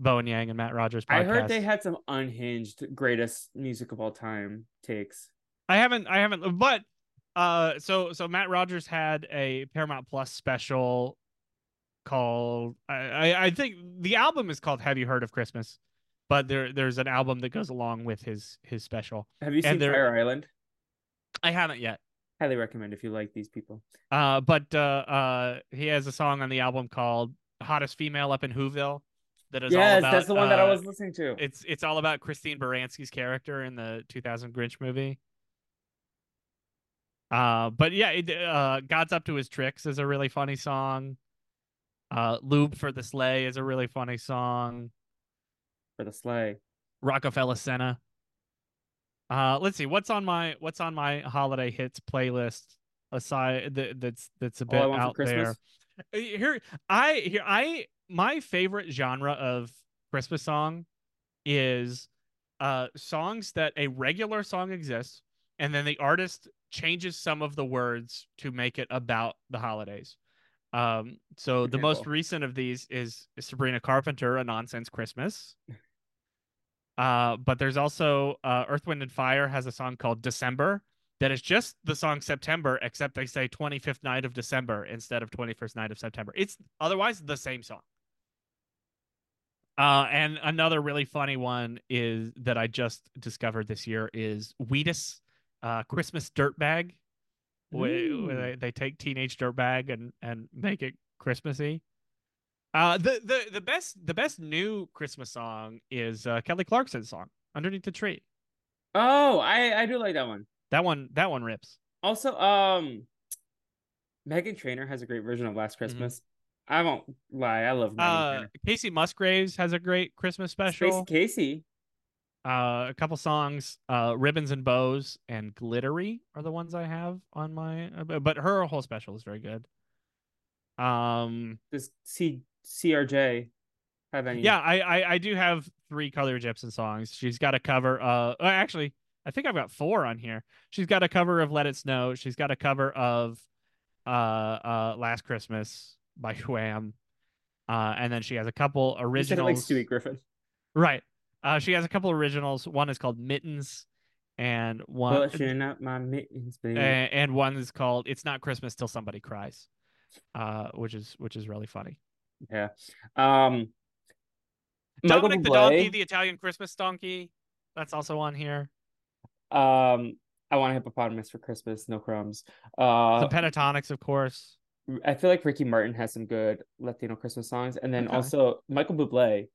Speaker 2: Bowen Yang and Matt Rogers. Podcast.
Speaker 3: I heard they had some unhinged greatest music of all time takes.
Speaker 2: I haven't. I haven't. But uh, so so Matt Rogers had a Paramount Plus special called. I I, I think the album is called "Have You Heard of Christmas," but there there's an album that goes along with his his special.
Speaker 3: Have you
Speaker 2: And
Speaker 3: seen
Speaker 2: they're-
Speaker 3: Fire Island?
Speaker 2: I haven't yet.
Speaker 3: Highly recommend if you like these people.
Speaker 2: Uh, but uh, uh, he has a song on the album called "Hottest Female Up in Whoville." That is all
Speaker 3: Yes,
Speaker 2: about,
Speaker 3: that's the one that I
Speaker 2: uh,
Speaker 3: was listening to.
Speaker 2: It's it's all about Christine Baranski's character in the 2000 Grinch movie. Uh, but yeah, it, uh, God's up to his tricks is a really funny song. Uh, Lube for the sleigh is a really funny song.
Speaker 3: for the sleigh.
Speaker 2: Rockefeller Center. Uh, let's see what's on my what's on my holiday hits playlist aside that, that's that's a
Speaker 3: All
Speaker 2: bit
Speaker 3: I want for
Speaker 2: out there.
Speaker 3: Christmas.
Speaker 2: Uh, Here I here I my favorite genre of Christmas song is uh songs that a regular song exists and then the artist changes some of the words to make it about the holidays. Um so
Speaker 3: For
Speaker 2: the most
Speaker 3: example.
Speaker 2: recent of these is Sabrina Carpenter A Nonsense Christmas. Uh, but there's also uh, Earth, Wind, and Fire has a song called December that is just the song September, except they say 25th night of December instead of 21st night of September. It's otherwise the same song. Uh, and another really funny one is that I just discovered this year is Wheatus, uh, Christmas Dirtbag. Where, where they, they take teenage dirtbag and and make it Christmassy. Uh, the the the best the best new Christmas song is uh, Kelly Clarkson's song "Underneath the Tree."
Speaker 3: Oh, I I do like that one.
Speaker 2: That one that one rips.
Speaker 3: Also, um, Megan Trainer has a great version of Last Christmas. I won't lie, I love Megan
Speaker 2: Mm-hmm. Uh,
Speaker 3: Trainor.
Speaker 2: Casey Musgraves has a great Christmas special.
Speaker 3: Spacey Casey.
Speaker 2: Uh, a couple songs, uh, "Ribbons and Bows" and "Glittery" are the ones I have on my. uh, bu- But her whole special is very good. Um,
Speaker 3: Does C CRJ have any?
Speaker 2: yeah, I, I I do have three Carly Rae Jepsen songs. She's got a cover. Uh, oh, actually, I think I've got four on here. She's got a cover of "Let It Snow." She's got a cover of, uh, uh, "Last Christmas" by Wham. Uh, and then she has a couple
Speaker 3: You said it like
Speaker 2: originals.
Speaker 3: Stewie Griffin.
Speaker 2: Right. Uh, she has a couple originals. One is called Mittens, and one
Speaker 3: Well, you're not my mittens, baby.
Speaker 2: a- and, one is called It's Not Christmas Till Somebody Cries, uh, which is which is really funny.
Speaker 3: yeah. Um. Michael
Speaker 2: Dominic the
Speaker 3: Bublé,
Speaker 2: Donkey, the Italian Christmas Donkey, that's also on here.
Speaker 3: um. I want a hippopotamus for Christmas. No crumbs. Uh,
Speaker 2: the Pentatonics, of course.
Speaker 3: I feel like Ricky Martin has some good Latino Christmas songs, and then
Speaker 2: Okay.
Speaker 3: also Michael Bublé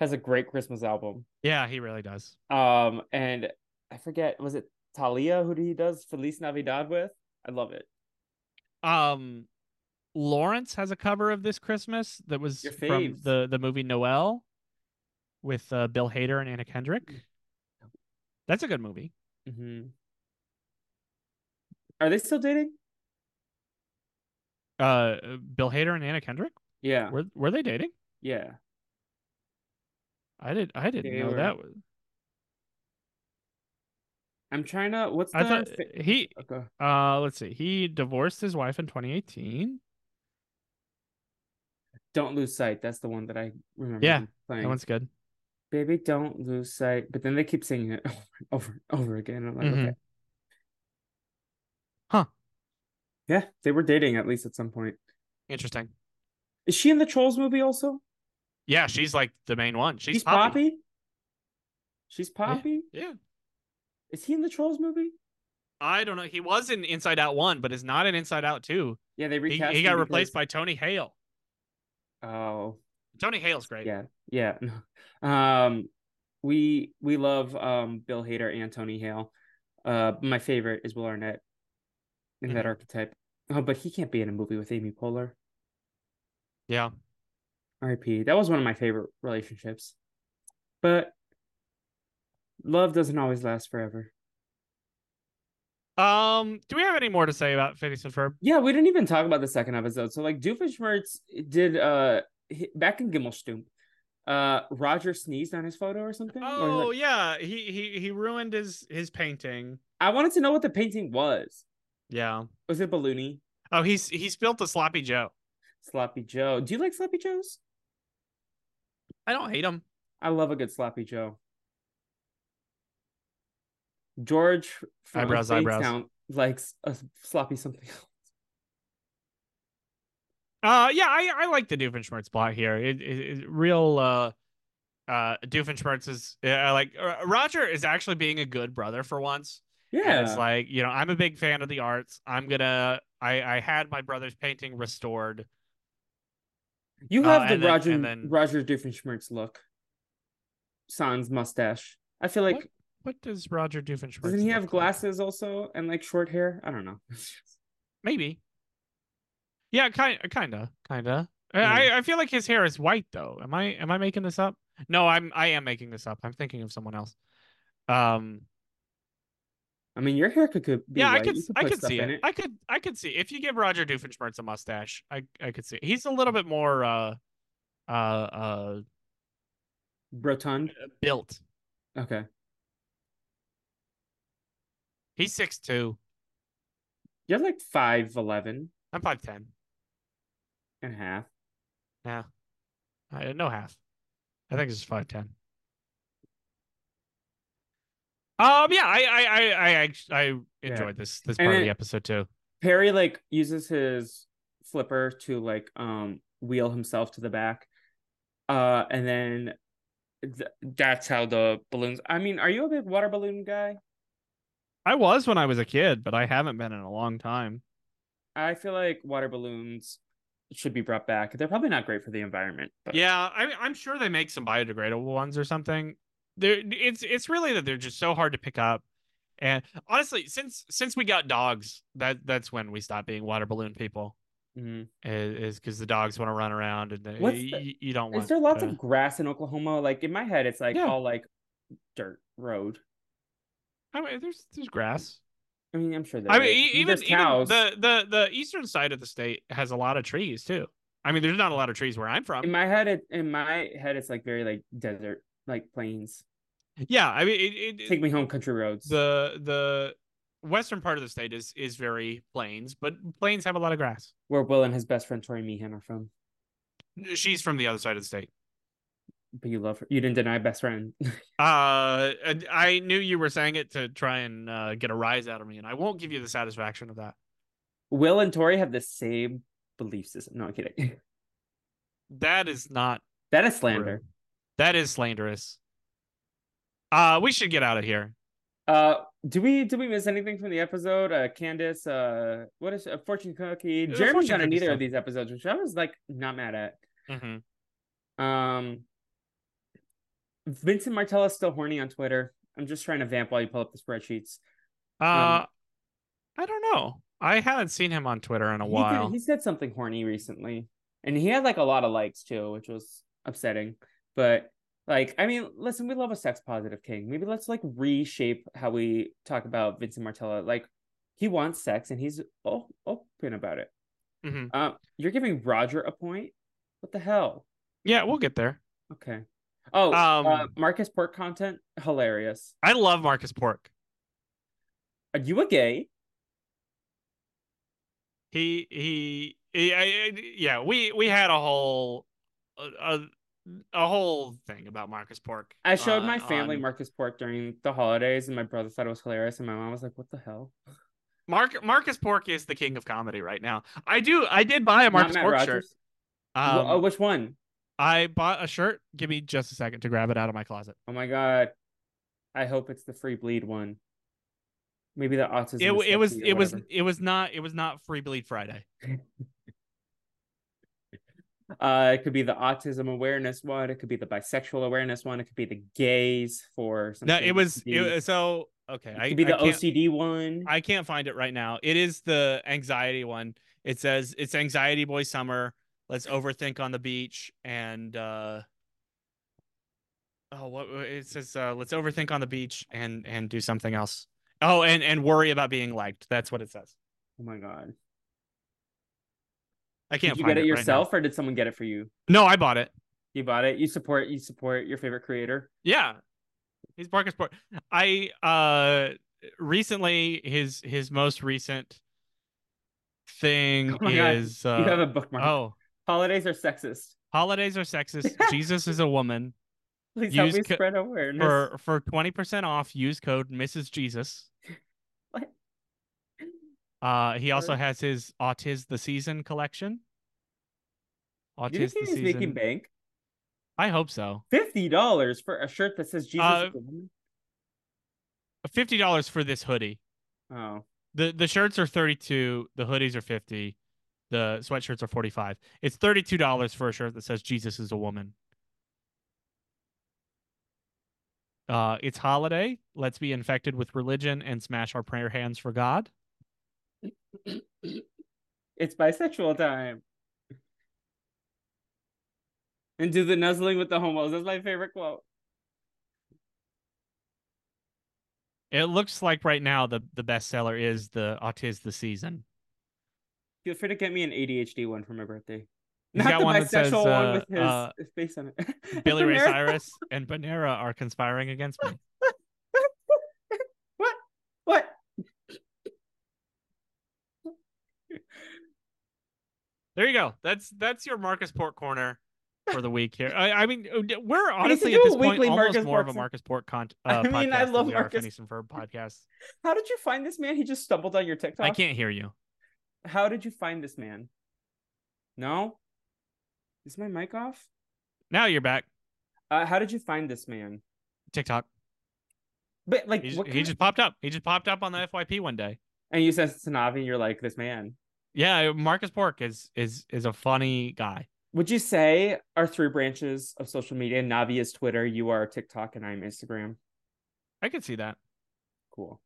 Speaker 3: has a great Christmas album.
Speaker 2: Yeah, he really does.
Speaker 3: Um, and I forget was it Talia who he does Feliz Navidad with? I love it.
Speaker 2: Um, Lawrence has a cover of this Christmas that was
Speaker 3: Your
Speaker 2: from
Speaker 3: faves.
Speaker 2: the the movie Noel, with uh, Bill Hader and Anna
Speaker 3: Mm.
Speaker 2: Kendrick. That's a good movie.
Speaker 3: hmm Are they still dating?
Speaker 2: Uh, Bill Hader and Anna Kendrick.
Speaker 3: Yeah,
Speaker 2: Were were they dating?
Speaker 3: yeah.
Speaker 2: I did I didn't
Speaker 3: They
Speaker 2: know
Speaker 3: were.
Speaker 2: that. was-
Speaker 3: I'm trying to. What's the?
Speaker 2: I thought
Speaker 3: fi-
Speaker 2: he
Speaker 3: okay.
Speaker 2: uh let's see. He divorced his wife in 2018.
Speaker 3: Don't lose sight. That's the one that I remember.
Speaker 2: Yeah,
Speaker 3: them
Speaker 2: That
Speaker 3: playing.
Speaker 2: one's good.
Speaker 3: Baby, don't lose sight. But then they keep singing it over and over, and over again. I'm like,
Speaker 2: Mhm.
Speaker 3: okay.
Speaker 2: Huh.
Speaker 3: Yeah, they were dating at least at some point.
Speaker 2: Interesting.
Speaker 3: Is she in the Trolls movie also?
Speaker 2: Yeah, she's like the main one. She's,
Speaker 3: She's Poppy. She's Poppy.
Speaker 2: Yeah.
Speaker 3: Is he in the Trolls movie?
Speaker 2: I don't know. He was in Inside Out 1, but is not in Inside Out 2.
Speaker 3: Yeah, they
Speaker 2: He, he
Speaker 3: recast. him
Speaker 2: got
Speaker 3: because-
Speaker 2: replaced by Tony Hale.
Speaker 3: Oh,
Speaker 2: Tony Hale's great.
Speaker 3: yeah, yeah. Um, we we love um Bill Hader and Tony Hale. Uh, my favorite is Will Arnett in that
Speaker 2: Mhm.
Speaker 3: archetype. Oh, but he can't be in a movie with Amy Poehler.
Speaker 2: Yeah.
Speaker 3: R.I.P. That was one of my favorite relationships, but love doesn't always last forever.
Speaker 2: Um, do we have any more to say about Phineas and Ferb?
Speaker 3: Yeah, we didn't even talk about the second episode. So like Doofenshmirtz did uh hi- back in Gimmelstump, uh Roger sneezed on his photo or something. Or he,
Speaker 2: Oh
Speaker 3: like-
Speaker 2: yeah. He he he ruined his his painting.
Speaker 3: I wanted to know what the painting was.
Speaker 2: Yeah.
Speaker 3: Was it Balloony?
Speaker 2: Oh, he's he spilled the sloppy Joe.
Speaker 3: Sloppy Joe. Do you like Sloppy Joes?
Speaker 2: I don't hate him.
Speaker 3: I love a good Sloppy Joe. George from
Speaker 2: Eyebrows, eyebrows.
Speaker 3: Bankstown likes a sloppy something.
Speaker 2: Uh, yeah, I, I like the Doofenshmirtz plot here. It, it, it real uh, uh, Doofenshmirtz is uh, like uh, Roger is actually being a good brother for once. And
Speaker 3: Yeah.
Speaker 2: it's like you know I'm a big fan of the arts. I'm gonna I I had my brother's painting restored.
Speaker 3: you
Speaker 2: uh,
Speaker 3: have the
Speaker 2: and then-
Speaker 3: Roger
Speaker 2: and then-
Speaker 3: Roger Doofenshmirtz look. Sans mustache. I feel like
Speaker 2: What? What does Roger Doofenshmirtz?
Speaker 3: Doesn't he
Speaker 2: look
Speaker 3: have
Speaker 2: like?
Speaker 3: glasses also and like short hair? I don't know.
Speaker 2: Maybe. Yeah, kind kinda kinda. I-
Speaker 3: Yeah.
Speaker 2: I, I feel like his hair is white though. Am I am I making this up? No, I'm I am making this up. I'm thinking of someone else. Um.
Speaker 3: I mean, your hair could, could be
Speaker 2: yeah, I
Speaker 3: white.
Speaker 2: could,
Speaker 3: You
Speaker 2: I
Speaker 3: put
Speaker 2: could
Speaker 3: stuff
Speaker 2: see
Speaker 3: in
Speaker 2: it. I could, I could see if you give Roger Doofenshmirtz a mustache, I, I could see it. He's a little bit more, uh, uh, uh,
Speaker 3: Rotund.
Speaker 2: built.
Speaker 3: Okay.
Speaker 2: He's six two.
Speaker 3: You're like 5'11
Speaker 2: I'm five ten.
Speaker 3: and a half.
Speaker 2: no half. I think it's five ten. Um, yeah, I, I, I, I, act- I enjoyed this this
Speaker 3: And
Speaker 2: part of
Speaker 3: it-
Speaker 2: the episode too.
Speaker 3: Perry like uses his flipper to like um wheel himself to the back. Uh and then th- that's how the balloons I mean, are you a big water balloon guy?
Speaker 4: I was when I was a kid, but I haven't been in a long time.
Speaker 3: I feel like water balloons should be brought back. They're probably not great for the environment, but
Speaker 2: Yeah, I, mean, I'm sure they make some biodegradable ones or something. They're, it's it's really that they're just so hard to pick up. And honestly, since since we got dogs, that that's when we stopped being water balloon people.
Speaker 3: Mhm.
Speaker 2: Is because the dogs want to run around and they,
Speaker 3: What's the-
Speaker 2: you, you don't want.
Speaker 3: Is there lots
Speaker 2: to-
Speaker 3: of grass in Oklahoma? Like in my head, it's like
Speaker 2: Yeah.
Speaker 3: all like dirt road.
Speaker 2: I mean, there's there's grass.
Speaker 3: I mean, I'm sure there
Speaker 2: I mean,
Speaker 3: is.
Speaker 2: e- even,
Speaker 3: There's
Speaker 2: even
Speaker 3: cows.
Speaker 2: the the the eastern side of the state has a lot of trees too. I mean, there's not a lot of trees where I'm from.
Speaker 3: in my head, it in my head, it's like very like desert, like plains.
Speaker 2: yeah, I mean, it, it,
Speaker 3: Take me home, country roads.
Speaker 2: the the western part of the state is is very plains, but plains have a lot of grass.
Speaker 3: where Will and his best friend Tori Meehan are from.
Speaker 2: She's from the other side of the state.
Speaker 3: But you love her. You didn't deny best friend.
Speaker 2: Uh, and I knew you were saying it to try and uh, get a rise out of me, and I won't give you the satisfaction of that.
Speaker 3: Will and Tori have the same belief system. No, I'm kidding.
Speaker 2: That is not.
Speaker 3: That is slander.
Speaker 2: true. That is slanderous. Uh, we should get out of here.
Speaker 3: Uh, do we do we miss anything from the episode? Uh, Candace, uh, what is uh, fortune cookie?
Speaker 2: Uh,
Speaker 3: Jeremy's
Speaker 2: fortune
Speaker 3: not in
Speaker 2: cookie
Speaker 3: either
Speaker 2: stuff.
Speaker 3: of these episodes, which I was like not mad at.
Speaker 2: Mm-hmm.
Speaker 3: Um, Vincent Martella's still horny on Twitter. I'm just trying to vamp while you pull up the spreadsheets.
Speaker 2: Uh, I don't know. I haven't seen him on Twitter in a
Speaker 3: He did-
Speaker 2: while.
Speaker 3: he said something horny recently, and he had like a lot of likes too, which was upsetting. But like, I mean, listen, we love a sex positive king. Maybe let's like reshape how we talk about Vincent Martella. Like, he wants sex, and he's oh open about it.
Speaker 2: Mhm.
Speaker 3: Uh, you're giving Roger a point. What the hell?
Speaker 2: Yeah, we'll get there.
Speaker 3: Okay. Oh, uh,
Speaker 2: Um,
Speaker 3: Marcus Port content hilarious.
Speaker 2: I love Marcus Pork.
Speaker 3: Are you a gay?
Speaker 2: He he, he I, I- yeah. We we had a whole a, a, a whole thing about Marcus Pork.
Speaker 3: I showed
Speaker 2: on-
Speaker 3: my family
Speaker 2: Uh, on-
Speaker 3: Marcus Port during the holidays, and my brother thought it was hilarious, and my mom was like, "What the hell?"
Speaker 2: Mark Marcus Pork is the king of comedy right now. I do. I did buy a
Speaker 3: Not
Speaker 2: Marcus
Speaker 3: Matt
Speaker 2: Pork shirt.
Speaker 3: Rogers? Wh-
Speaker 2: Um,
Speaker 3: oh, which one?
Speaker 2: I bought a shirt. Give me just a second to grab it out of my closet.
Speaker 3: Oh my god! I hope it's the free bleed one. Maybe the autism.
Speaker 2: It, it was
Speaker 3: dyslexia or
Speaker 2: it was
Speaker 3: whatever.
Speaker 2: it was not it was not Free Bleed Friday.
Speaker 3: Uh, it could be the autism awareness one. It could be the bisexual awareness one. It could be the gays for.
Speaker 2: No,
Speaker 3: something.
Speaker 2: it was
Speaker 3: could be,
Speaker 2: it was, so okay.
Speaker 3: it
Speaker 2: I
Speaker 3: could be
Speaker 2: I
Speaker 3: the
Speaker 2: can't-
Speaker 3: OCD one.
Speaker 2: I can't find it right now. It is the anxiety one. It says it's anxiety boy summer. Let's overthink on the beach and uh oh what it says uh let's overthink on the beach and and do something else. Oh and and worry about being liked. That's what it says.
Speaker 3: oh my god!
Speaker 2: I can't
Speaker 3: Did you
Speaker 2: find
Speaker 3: get it
Speaker 2: right now.
Speaker 3: yourself, or did someone get it for you?
Speaker 2: no, I bought it.
Speaker 3: You bought it. You support. You support your favorite creator.
Speaker 2: Yeah. He's Marcus Port. I uh recently his his most recent thing
Speaker 3: Oh my God.
Speaker 2: is
Speaker 3: you have
Speaker 2: uh
Speaker 3: a bookmark.
Speaker 2: oh
Speaker 3: Holidays are sexist.
Speaker 2: Holidays are sexist. Jesus is a woman.
Speaker 3: Please help
Speaker 2: Use
Speaker 3: me
Speaker 2: co-
Speaker 3: spread awareness.
Speaker 2: For for twenty percent off, use code Mrs. Jesus.
Speaker 3: What?
Speaker 2: Uh, he also
Speaker 3: Alright.
Speaker 2: has his Autis the Season collection.
Speaker 3: Do
Speaker 2: Autis
Speaker 3: you
Speaker 2: the
Speaker 3: think he's making
Speaker 2: Season.
Speaker 3: bank?
Speaker 2: I hope so.
Speaker 3: Fifty dollars for a shirt that says Jesus.
Speaker 2: Uh,
Speaker 3: is a woman?
Speaker 2: Fifty dollars for this hoodie.
Speaker 3: Oh,
Speaker 2: the The shirts are thirty two. The hoodies are fifty. The sweatshirts are forty five. It's thirty two dollars for a shirt that says Jesus is a woman. Uh, it's holiday. Let's be infected with religion and smash our prayer hands for God.
Speaker 3: it's bisexual time. And do the nuzzling with the homos. That's my favorite quote.
Speaker 2: It looks like right now the the bestseller is the Autis the season.
Speaker 3: Feel free to get me an ADHD one for my birthday.
Speaker 2: He's
Speaker 3: Not
Speaker 2: got
Speaker 3: the
Speaker 2: one that
Speaker 3: bisexual
Speaker 2: says,
Speaker 3: one
Speaker 2: uh,
Speaker 3: with his
Speaker 2: uh,
Speaker 3: his face on it.
Speaker 2: Billy Ray
Speaker 3: Banera-
Speaker 2: Cyrus and Banera are conspiring against me.
Speaker 3: What?
Speaker 2: There you go. That's that's your Marcus Port corner. for the week here. I, I mean, uh, we're honestly
Speaker 3: do
Speaker 2: at this
Speaker 3: a
Speaker 2: point
Speaker 3: weekly
Speaker 2: almost
Speaker 3: Marcus
Speaker 2: more of a
Speaker 3: Borkson-
Speaker 2: Marcus Port con-
Speaker 3: I
Speaker 2: uh,
Speaker 3: mean, I
Speaker 2: podcast
Speaker 3: love
Speaker 2: than we are
Speaker 3: Marcus-
Speaker 2: Phineas and Ferb podcast.
Speaker 3: How did you find this man? He just stumbled on your TikTok.
Speaker 2: I can't hear you.
Speaker 3: How did you find this man? No? Is my mic off?
Speaker 2: Now you're back.
Speaker 3: Uh, how did you find this man?
Speaker 2: TikTok.
Speaker 3: But like,
Speaker 2: He just,
Speaker 3: what
Speaker 2: he
Speaker 3: kind
Speaker 2: just popped up. He just popped up on the FYP one day.
Speaker 3: of- and you said Sanavi, and you're like, this man.
Speaker 2: Yeah, Marcus Pork is is is a funny guy.
Speaker 3: Would you say our three branches of social media? Navi is Twitter, you are TikTok, and I'm Instagram.
Speaker 2: I could see that.
Speaker 3: Cool.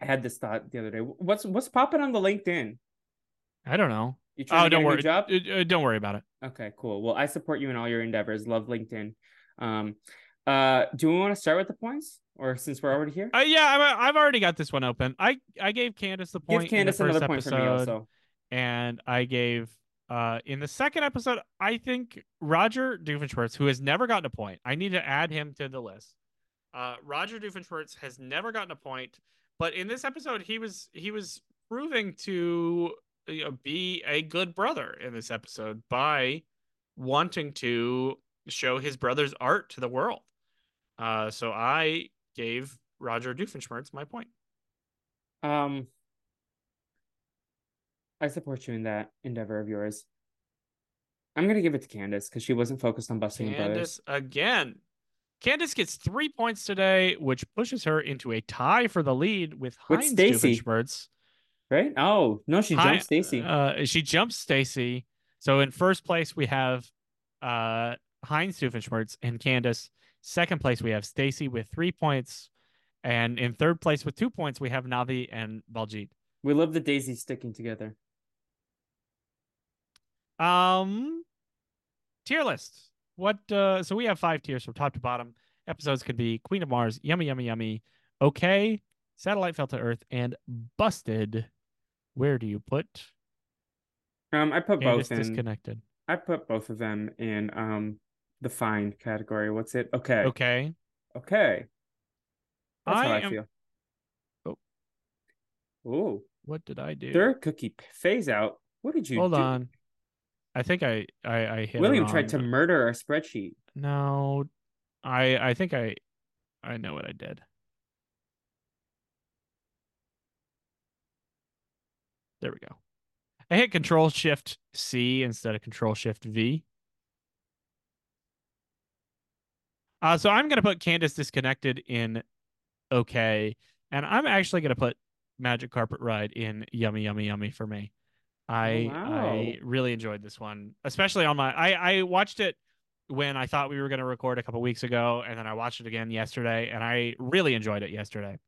Speaker 3: I had this thought the other day. What's what's popping on the LinkedIn?
Speaker 2: I don't know.
Speaker 3: You trying
Speaker 2: Oh,
Speaker 3: to get
Speaker 2: don't
Speaker 3: a new
Speaker 2: worry.
Speaker 3: job?
Speaker 2: Uh, uh, don't worry about it.
Speaker 3: Okay, cool. Well, I support you in all your endeavors. Love LinkedIn. Um, uh, do we want to start with the points, or since we're already here,
Speaker 2: Uh, yeah, I've, I've already got this one open. I I gave Candace the point.
Speaker 3: give
Speaker 2: in the
Speaker 3: Candace
Speaker 2: first
Speaker 3: another point
Speaker 2: episode,
Speaker 3: for me also.
Speaker 2: And I gave uh in the second episode. I think Roger Doofenshmirtz, who has never gotten a point, I need to add him to the list. Uh, Roger Doofenshmirtz has never gotten a point, but in this episode, he was he was proving to you know, be a good brother in this episode by wanting to show his brother's art to the world. Uh, so I gave Roger Doofenshmirtz my point.
Speaker 3: Um, I support you in that endeavor of yours. I'm gonna give it to Candace because she wasn't focused on busting the
Speaker 2: Candace
Speaker 3: brothers.
Speaker 2: again. Candace gets three points today, which pushes her into a tie for the lead with
Speaker 3: With
Speaker 2: Heinz
Speaker 3: Stacy.
Speaker 2: Doofenshmirtz.
Speaker 3: Right? Oh no, she
Speaker 2: Hi-
Speaker 3: jumped Stacy.
Speaker 2: Uh, she jumps Stacy. So in first place we have uh, Heinz Doofenshmirtz and Candace. Second place we have Stacy with three points, and in third place with two points we have Navi and Baljeet.
Speaker 3: we love the daisies sticking together.
Speaker 2: Um, tier list. What? Uh, so we have five tiers from top to bottom. Episodes could be Queen of Mars, Yummy Yummy Yummy, Okay, Satellite Fell to Earth, and Busted. Where do you put
Speaker 3: Um, I put
Speaker 2: Candace
Speaker 3: both in.
Speaker 2: disconnected?
Speaker 3: I put both of them in um the find category. What's it? Okay.
Speaker 2: Okay,
Speaker 3: Okay. That's how
Speaker 2: I
Speaker 3: I
Speaker 2: am-
Speaker 3: feel.
Speaker 2: Oh.
Speaker 3: Ooh.
Speaker 2: what did I do?
Speaker 3: Third cookie p- phase out. What did you
Speaker 2: Hold
Speaker 3: do?
Speaker 2: on. I think I I, I hit.
Speaker 3: William
Speaker 2: wrong.
Speaker 3: tried to murder our spreadsheet.
Speaker 2: No, I I think I I know what I did. There we go. I hit Control Shift C instead of Control Shift V. Uh, so I'm gonna put Candace disconnected in okay, and I'm actually gonna put Magic Carpet Ride in yummy, yummy, yummy for me. I I
Speaker 3: Wow.
Speaker 2: really enjoyed this one, especially on my I I watched it when I thought we were going to record a couple weeks ago, and then I watched it again yesterday, and I really enjoyed it yesterday.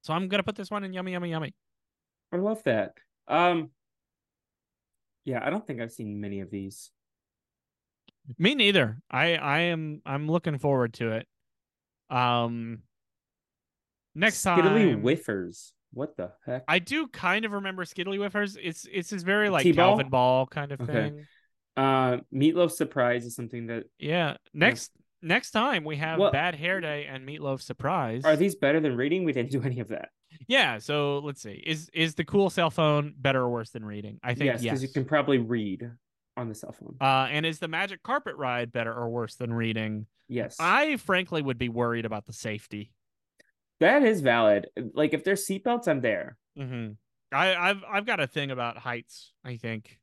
Speaker 2: So I'm gonna put this one in yummy, yummy, yummy.
Speaker 3: I love that. Um yeah, I don't think I've seen many of these.
Speaker 2: Me neither. I I am I'm looking forward to it. Um, next
Speaker 3: Skiddly
Speaker 2: time
Speaker 3: whiffers. What the heck?
Speaker 2: I do kind of remember Skiddly Whiffers. It's it's this very like
Speaker 3: T-ball?
Speaker 2: Calvin Ball kind of
Speaker 3: Okay.
Speaker 2: thing.
Speaker 3: Uh meatloaf surprise is something that
Speaker 2: Yeah. Next next time we have
Speaker 3: Well-
Speaker 2: Bad Hair Day and Meatloaf Surprise.
Speaker 3: are these better than reading? We didn't do any of that.
Speaker 2: Yeah, so let's see. Is is the cool cell phone better or worse than reading? I think yes.
Speaker 3: yes, because you can probably read on the cell phone.
Speaker 2: Uh, and is the magic carpet ride better or worse than reading?
Speaker 3: yes.
Speaker 2: I frankly would be worried about the safety.
Speaker 3: That is valid. Like if there's seatbelts, I'm there.
Speaker 2: Mm-hmm. I, I've I've got a thing about heights. I think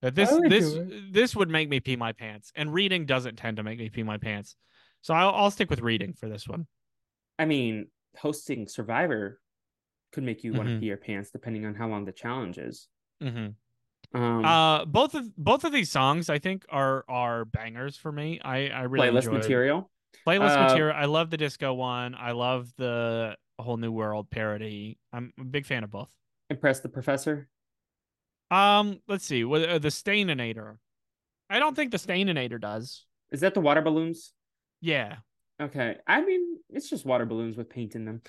Speaker 2: that this
Speaker 3: would
Speaker 2: this
Speaker 3: do
Speaker 2: this would make me pee my pants, and reading doesn't tend to make me pee my pants. So I'll I'll stick with reading for this one.
Speaker 3: I mean, hosting Survivor could make you want to
Speaker 2: Mhm.
Speaker 3: pee your pants depending on how long the challenge is.
Speaker 2: Mm-hmm.
Speaker 3: Um,
Speaker 2: Uh, both of both of these songs I think are are bangers for me. I I really
Speaker 3: playlist
Speaker 2: enjoyed-
Speaker 3: material.
Speaker 2: playlist
Speaker 3: Uh,
Speaker 2: material. I love the disco one. I love the whole new world parody. I'm a big fan of both.
Speaker 3: Impress the professor.
Speaker 2: Um, let's see. What uh, the Staininator? I don't think the Staininator does.
Speaker 3: Is that the water balloons?
Speaker 2: Yeah.
Speaker 3: Okay. I mean, it's just water balloons with paint in them.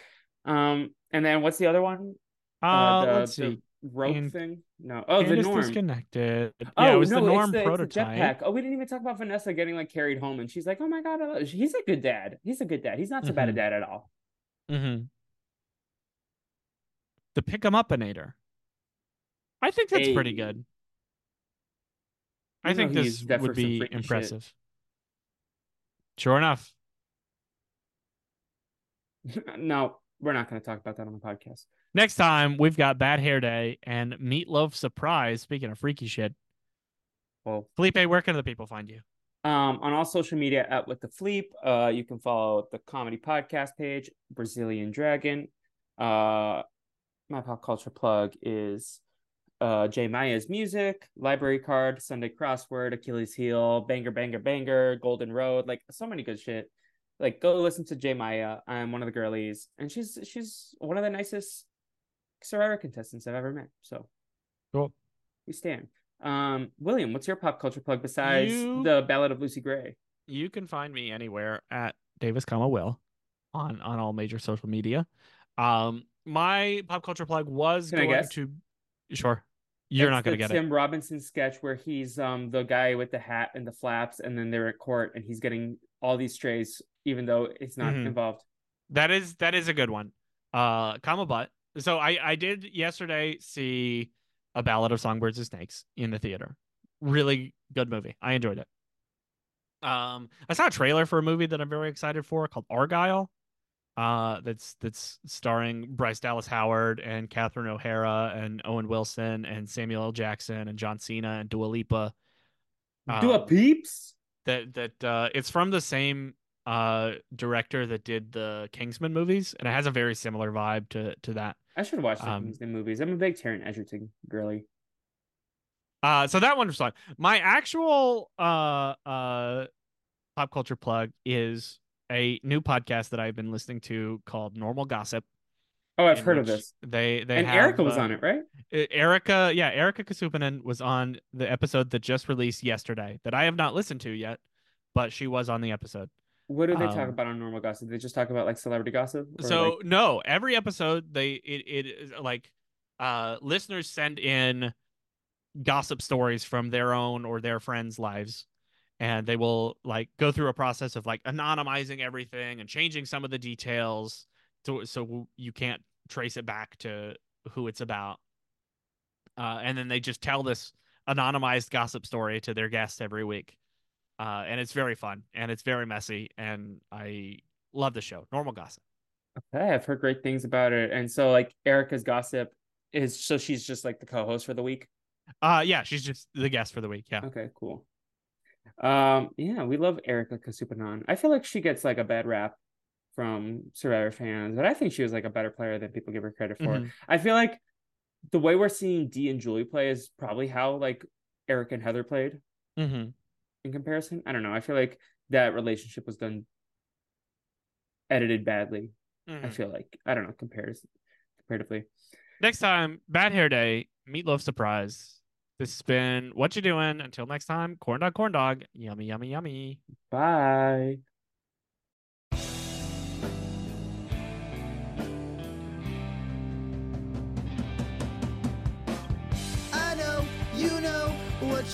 Speaker 3: Um, and then what's the other one?
Speaker 2: Uh,
Speaker 3: the,
Speaker 2: let's
Speaker 3: the
Speaker 2: see.
Speaker 3: rope
Speaker 2: And-
Speaker 3: thing. No. Oh, the
Speaker 2: Candace
Speaker 3: norm.
Speaker 2: disconnected.
Speaker 3: Oh,
Speaker 2: yeah, it was
Speaker 3: no,
Speaker 2: the
Speaker 3: it's
Speaker 2: Norm
Speaker 3: it's
Speaker 2: prototype.
Speaker 3: jetpack. Oh, we didn't even talk about Vanessa getting like carried home, and she's like, "Oh my god, I love-" he's a good dad. He's a good dad. He's not so bad a
Speaker 2: Mhm.
Speaker 3: dad at all."
Speaker 2: Mm-hmm. The Pick 'em Upinator. I think that's pretty
Speaker 3: Hey.
Speaker 2: good. I
Speaker 3: You
Speaker 2: think
Speaker 3: know
Speaker 2: this
Speaker 3: he's deaf
Speaker 2: would
Speaker 3: for some
Speaker 2: be
Speaker 3: freaky shit.
Speaker 2: impressive. Sure enough.
Speaker 3: no, we're not going to talk about that on the podcast.
Speaker 2: Next time we've got Bad Hair Day and Meatloaf Surprise. Speaking of freaky shit,
Speaker 3: Well,
Speaker 2: Felipe, where can the people find you?
Speaker 3: um, on all social media at With the Fleep, uh, you can follow the comedy podcast page, Brazilian Dragon. Uh, my pop culture plug is uh, J Maya's music, Library Card, Sunday Crossword, Achilles Heel, Banger Banger Banger, Golden Road, like so many good shit. Like go listen to J Maya. I'm one of the girlies, and she's she's one of the nicest Survivor contestants I've ever met. So
Speaker 2: Cool.
Speaker 3: We stand. Um, William, what's your pop culture plug besides
Speaker 2: You-
Speaker 3: the Ballad of Lucy Gray?
Speaker 2: You can find me anywhere at Davis, comma Will, on on all major social media. Um, my pop culture plug was
Speaker 3: Can I
Speaker 2: going
Speaker 3: guess?
Speaker 2: to. Sure, you're
Speaker 3: It's
Speaker 2: not gonna
Speaker 3: the
Speaker 2: get it.
Speaker 3: Tim Robinson sketch where he's um the guy with the hat and the flaps, and then they're at court and he's getting all these strays, even though it's not
Speaker 2: Mhm.
Speaker 3: involved.
Speaker 2: That is that is a good one. Uh, comma but. So I I did yesterday see a Ballad of Songbirds and Snakes in the theater. Really good movie. I enjoyed it. Um, I saw a trailer for a movie that I'm very excited for called Argyle. Uh, that's that's starring Bryce Dallas Howard and Catherine O'Hara and Owen Wilson and Samuel L. Jackson and John Cena and Dua Lipa.
Speaker 3: Do a
Speaker 2: Um,
Speaker 3: peeps?
Speaker 2: that that uh it's from the same uh director that did the Kingsman movies and it has a very similar vibe to to that.
Speaker 3: I should watch
Speaker 2: um,
Speaker 3: the Kingsman movies. I'm a big Taryn Edgerton girly.
Speaker 2: Uh so that one was fun. My actual uh uh pop culture plug is a new podcast that I've been listening to called Normal Gossip.
Speaker 3: Oh, I've
Speaker 2: in
Speaker 3: heard of
Speaker 2: which
Speaker 3: this.
Speaker 2: They they
Speaker 3: And
Speaker 2: have,
Speaker 3: Erica was
Speaker 2: uh,
Speaker 3: on it, right?
Speaker 2: E- Erica, yeah, Erica Kasupanen was on the episode that just released yesterday that I have not listened to yet, but she was on the episode.
Speaker 3: What do they talk
Speaker 2: um,
Speaker 3: about on normal gossip? They just talk about like celebrity gossip? Or,
Speaker 2: so
Speaker 3: like-
Speaker 2: no every episode they it, it is like uh listeners send in gossip stories from their own or their friends lives and they will like go through a process of like anonymizing everything and changing some of the details so so you can't trace it back to who it's about uh and then they just tell this anonymized gossip story to their guests every week uh and it's very fun and it's very messy and i love the show normal gossip
Speaker 3: Okay, I've heard great things about it. And so like Erica's gossip is so she's just like the co-host for the week.
Speaker 2: Uh yeah, she's just the guest for the week. Yeah.
Speaker 3: Okay, cool. Um, yeah, we love Erica Kasupanan. I feel like she gets like a bad rap from Survivor fans, but I think she was like a better player than people give her credit for.
Speaker 2: Mhm.
Speaker 3: I feel like the way we're seeing Dee and Julie play is probably how like Eric and Heather played
Speaker 2: Mhm.
Speaker 3: in comparison. I don't know. I feel like that relationship was done edited badly. I
Speaker 2: Mhm.
Speaker 3: feel like I don't know compares comparatively.
Speaker 2: Next time, Bad Hair Day, Meatloaf Surprise. This has been What You Doing. Until next time, corn dog, corn dog. Yummy, yummy, yummy.
Speaker 3: Bye.
Speaker 5: I know you know what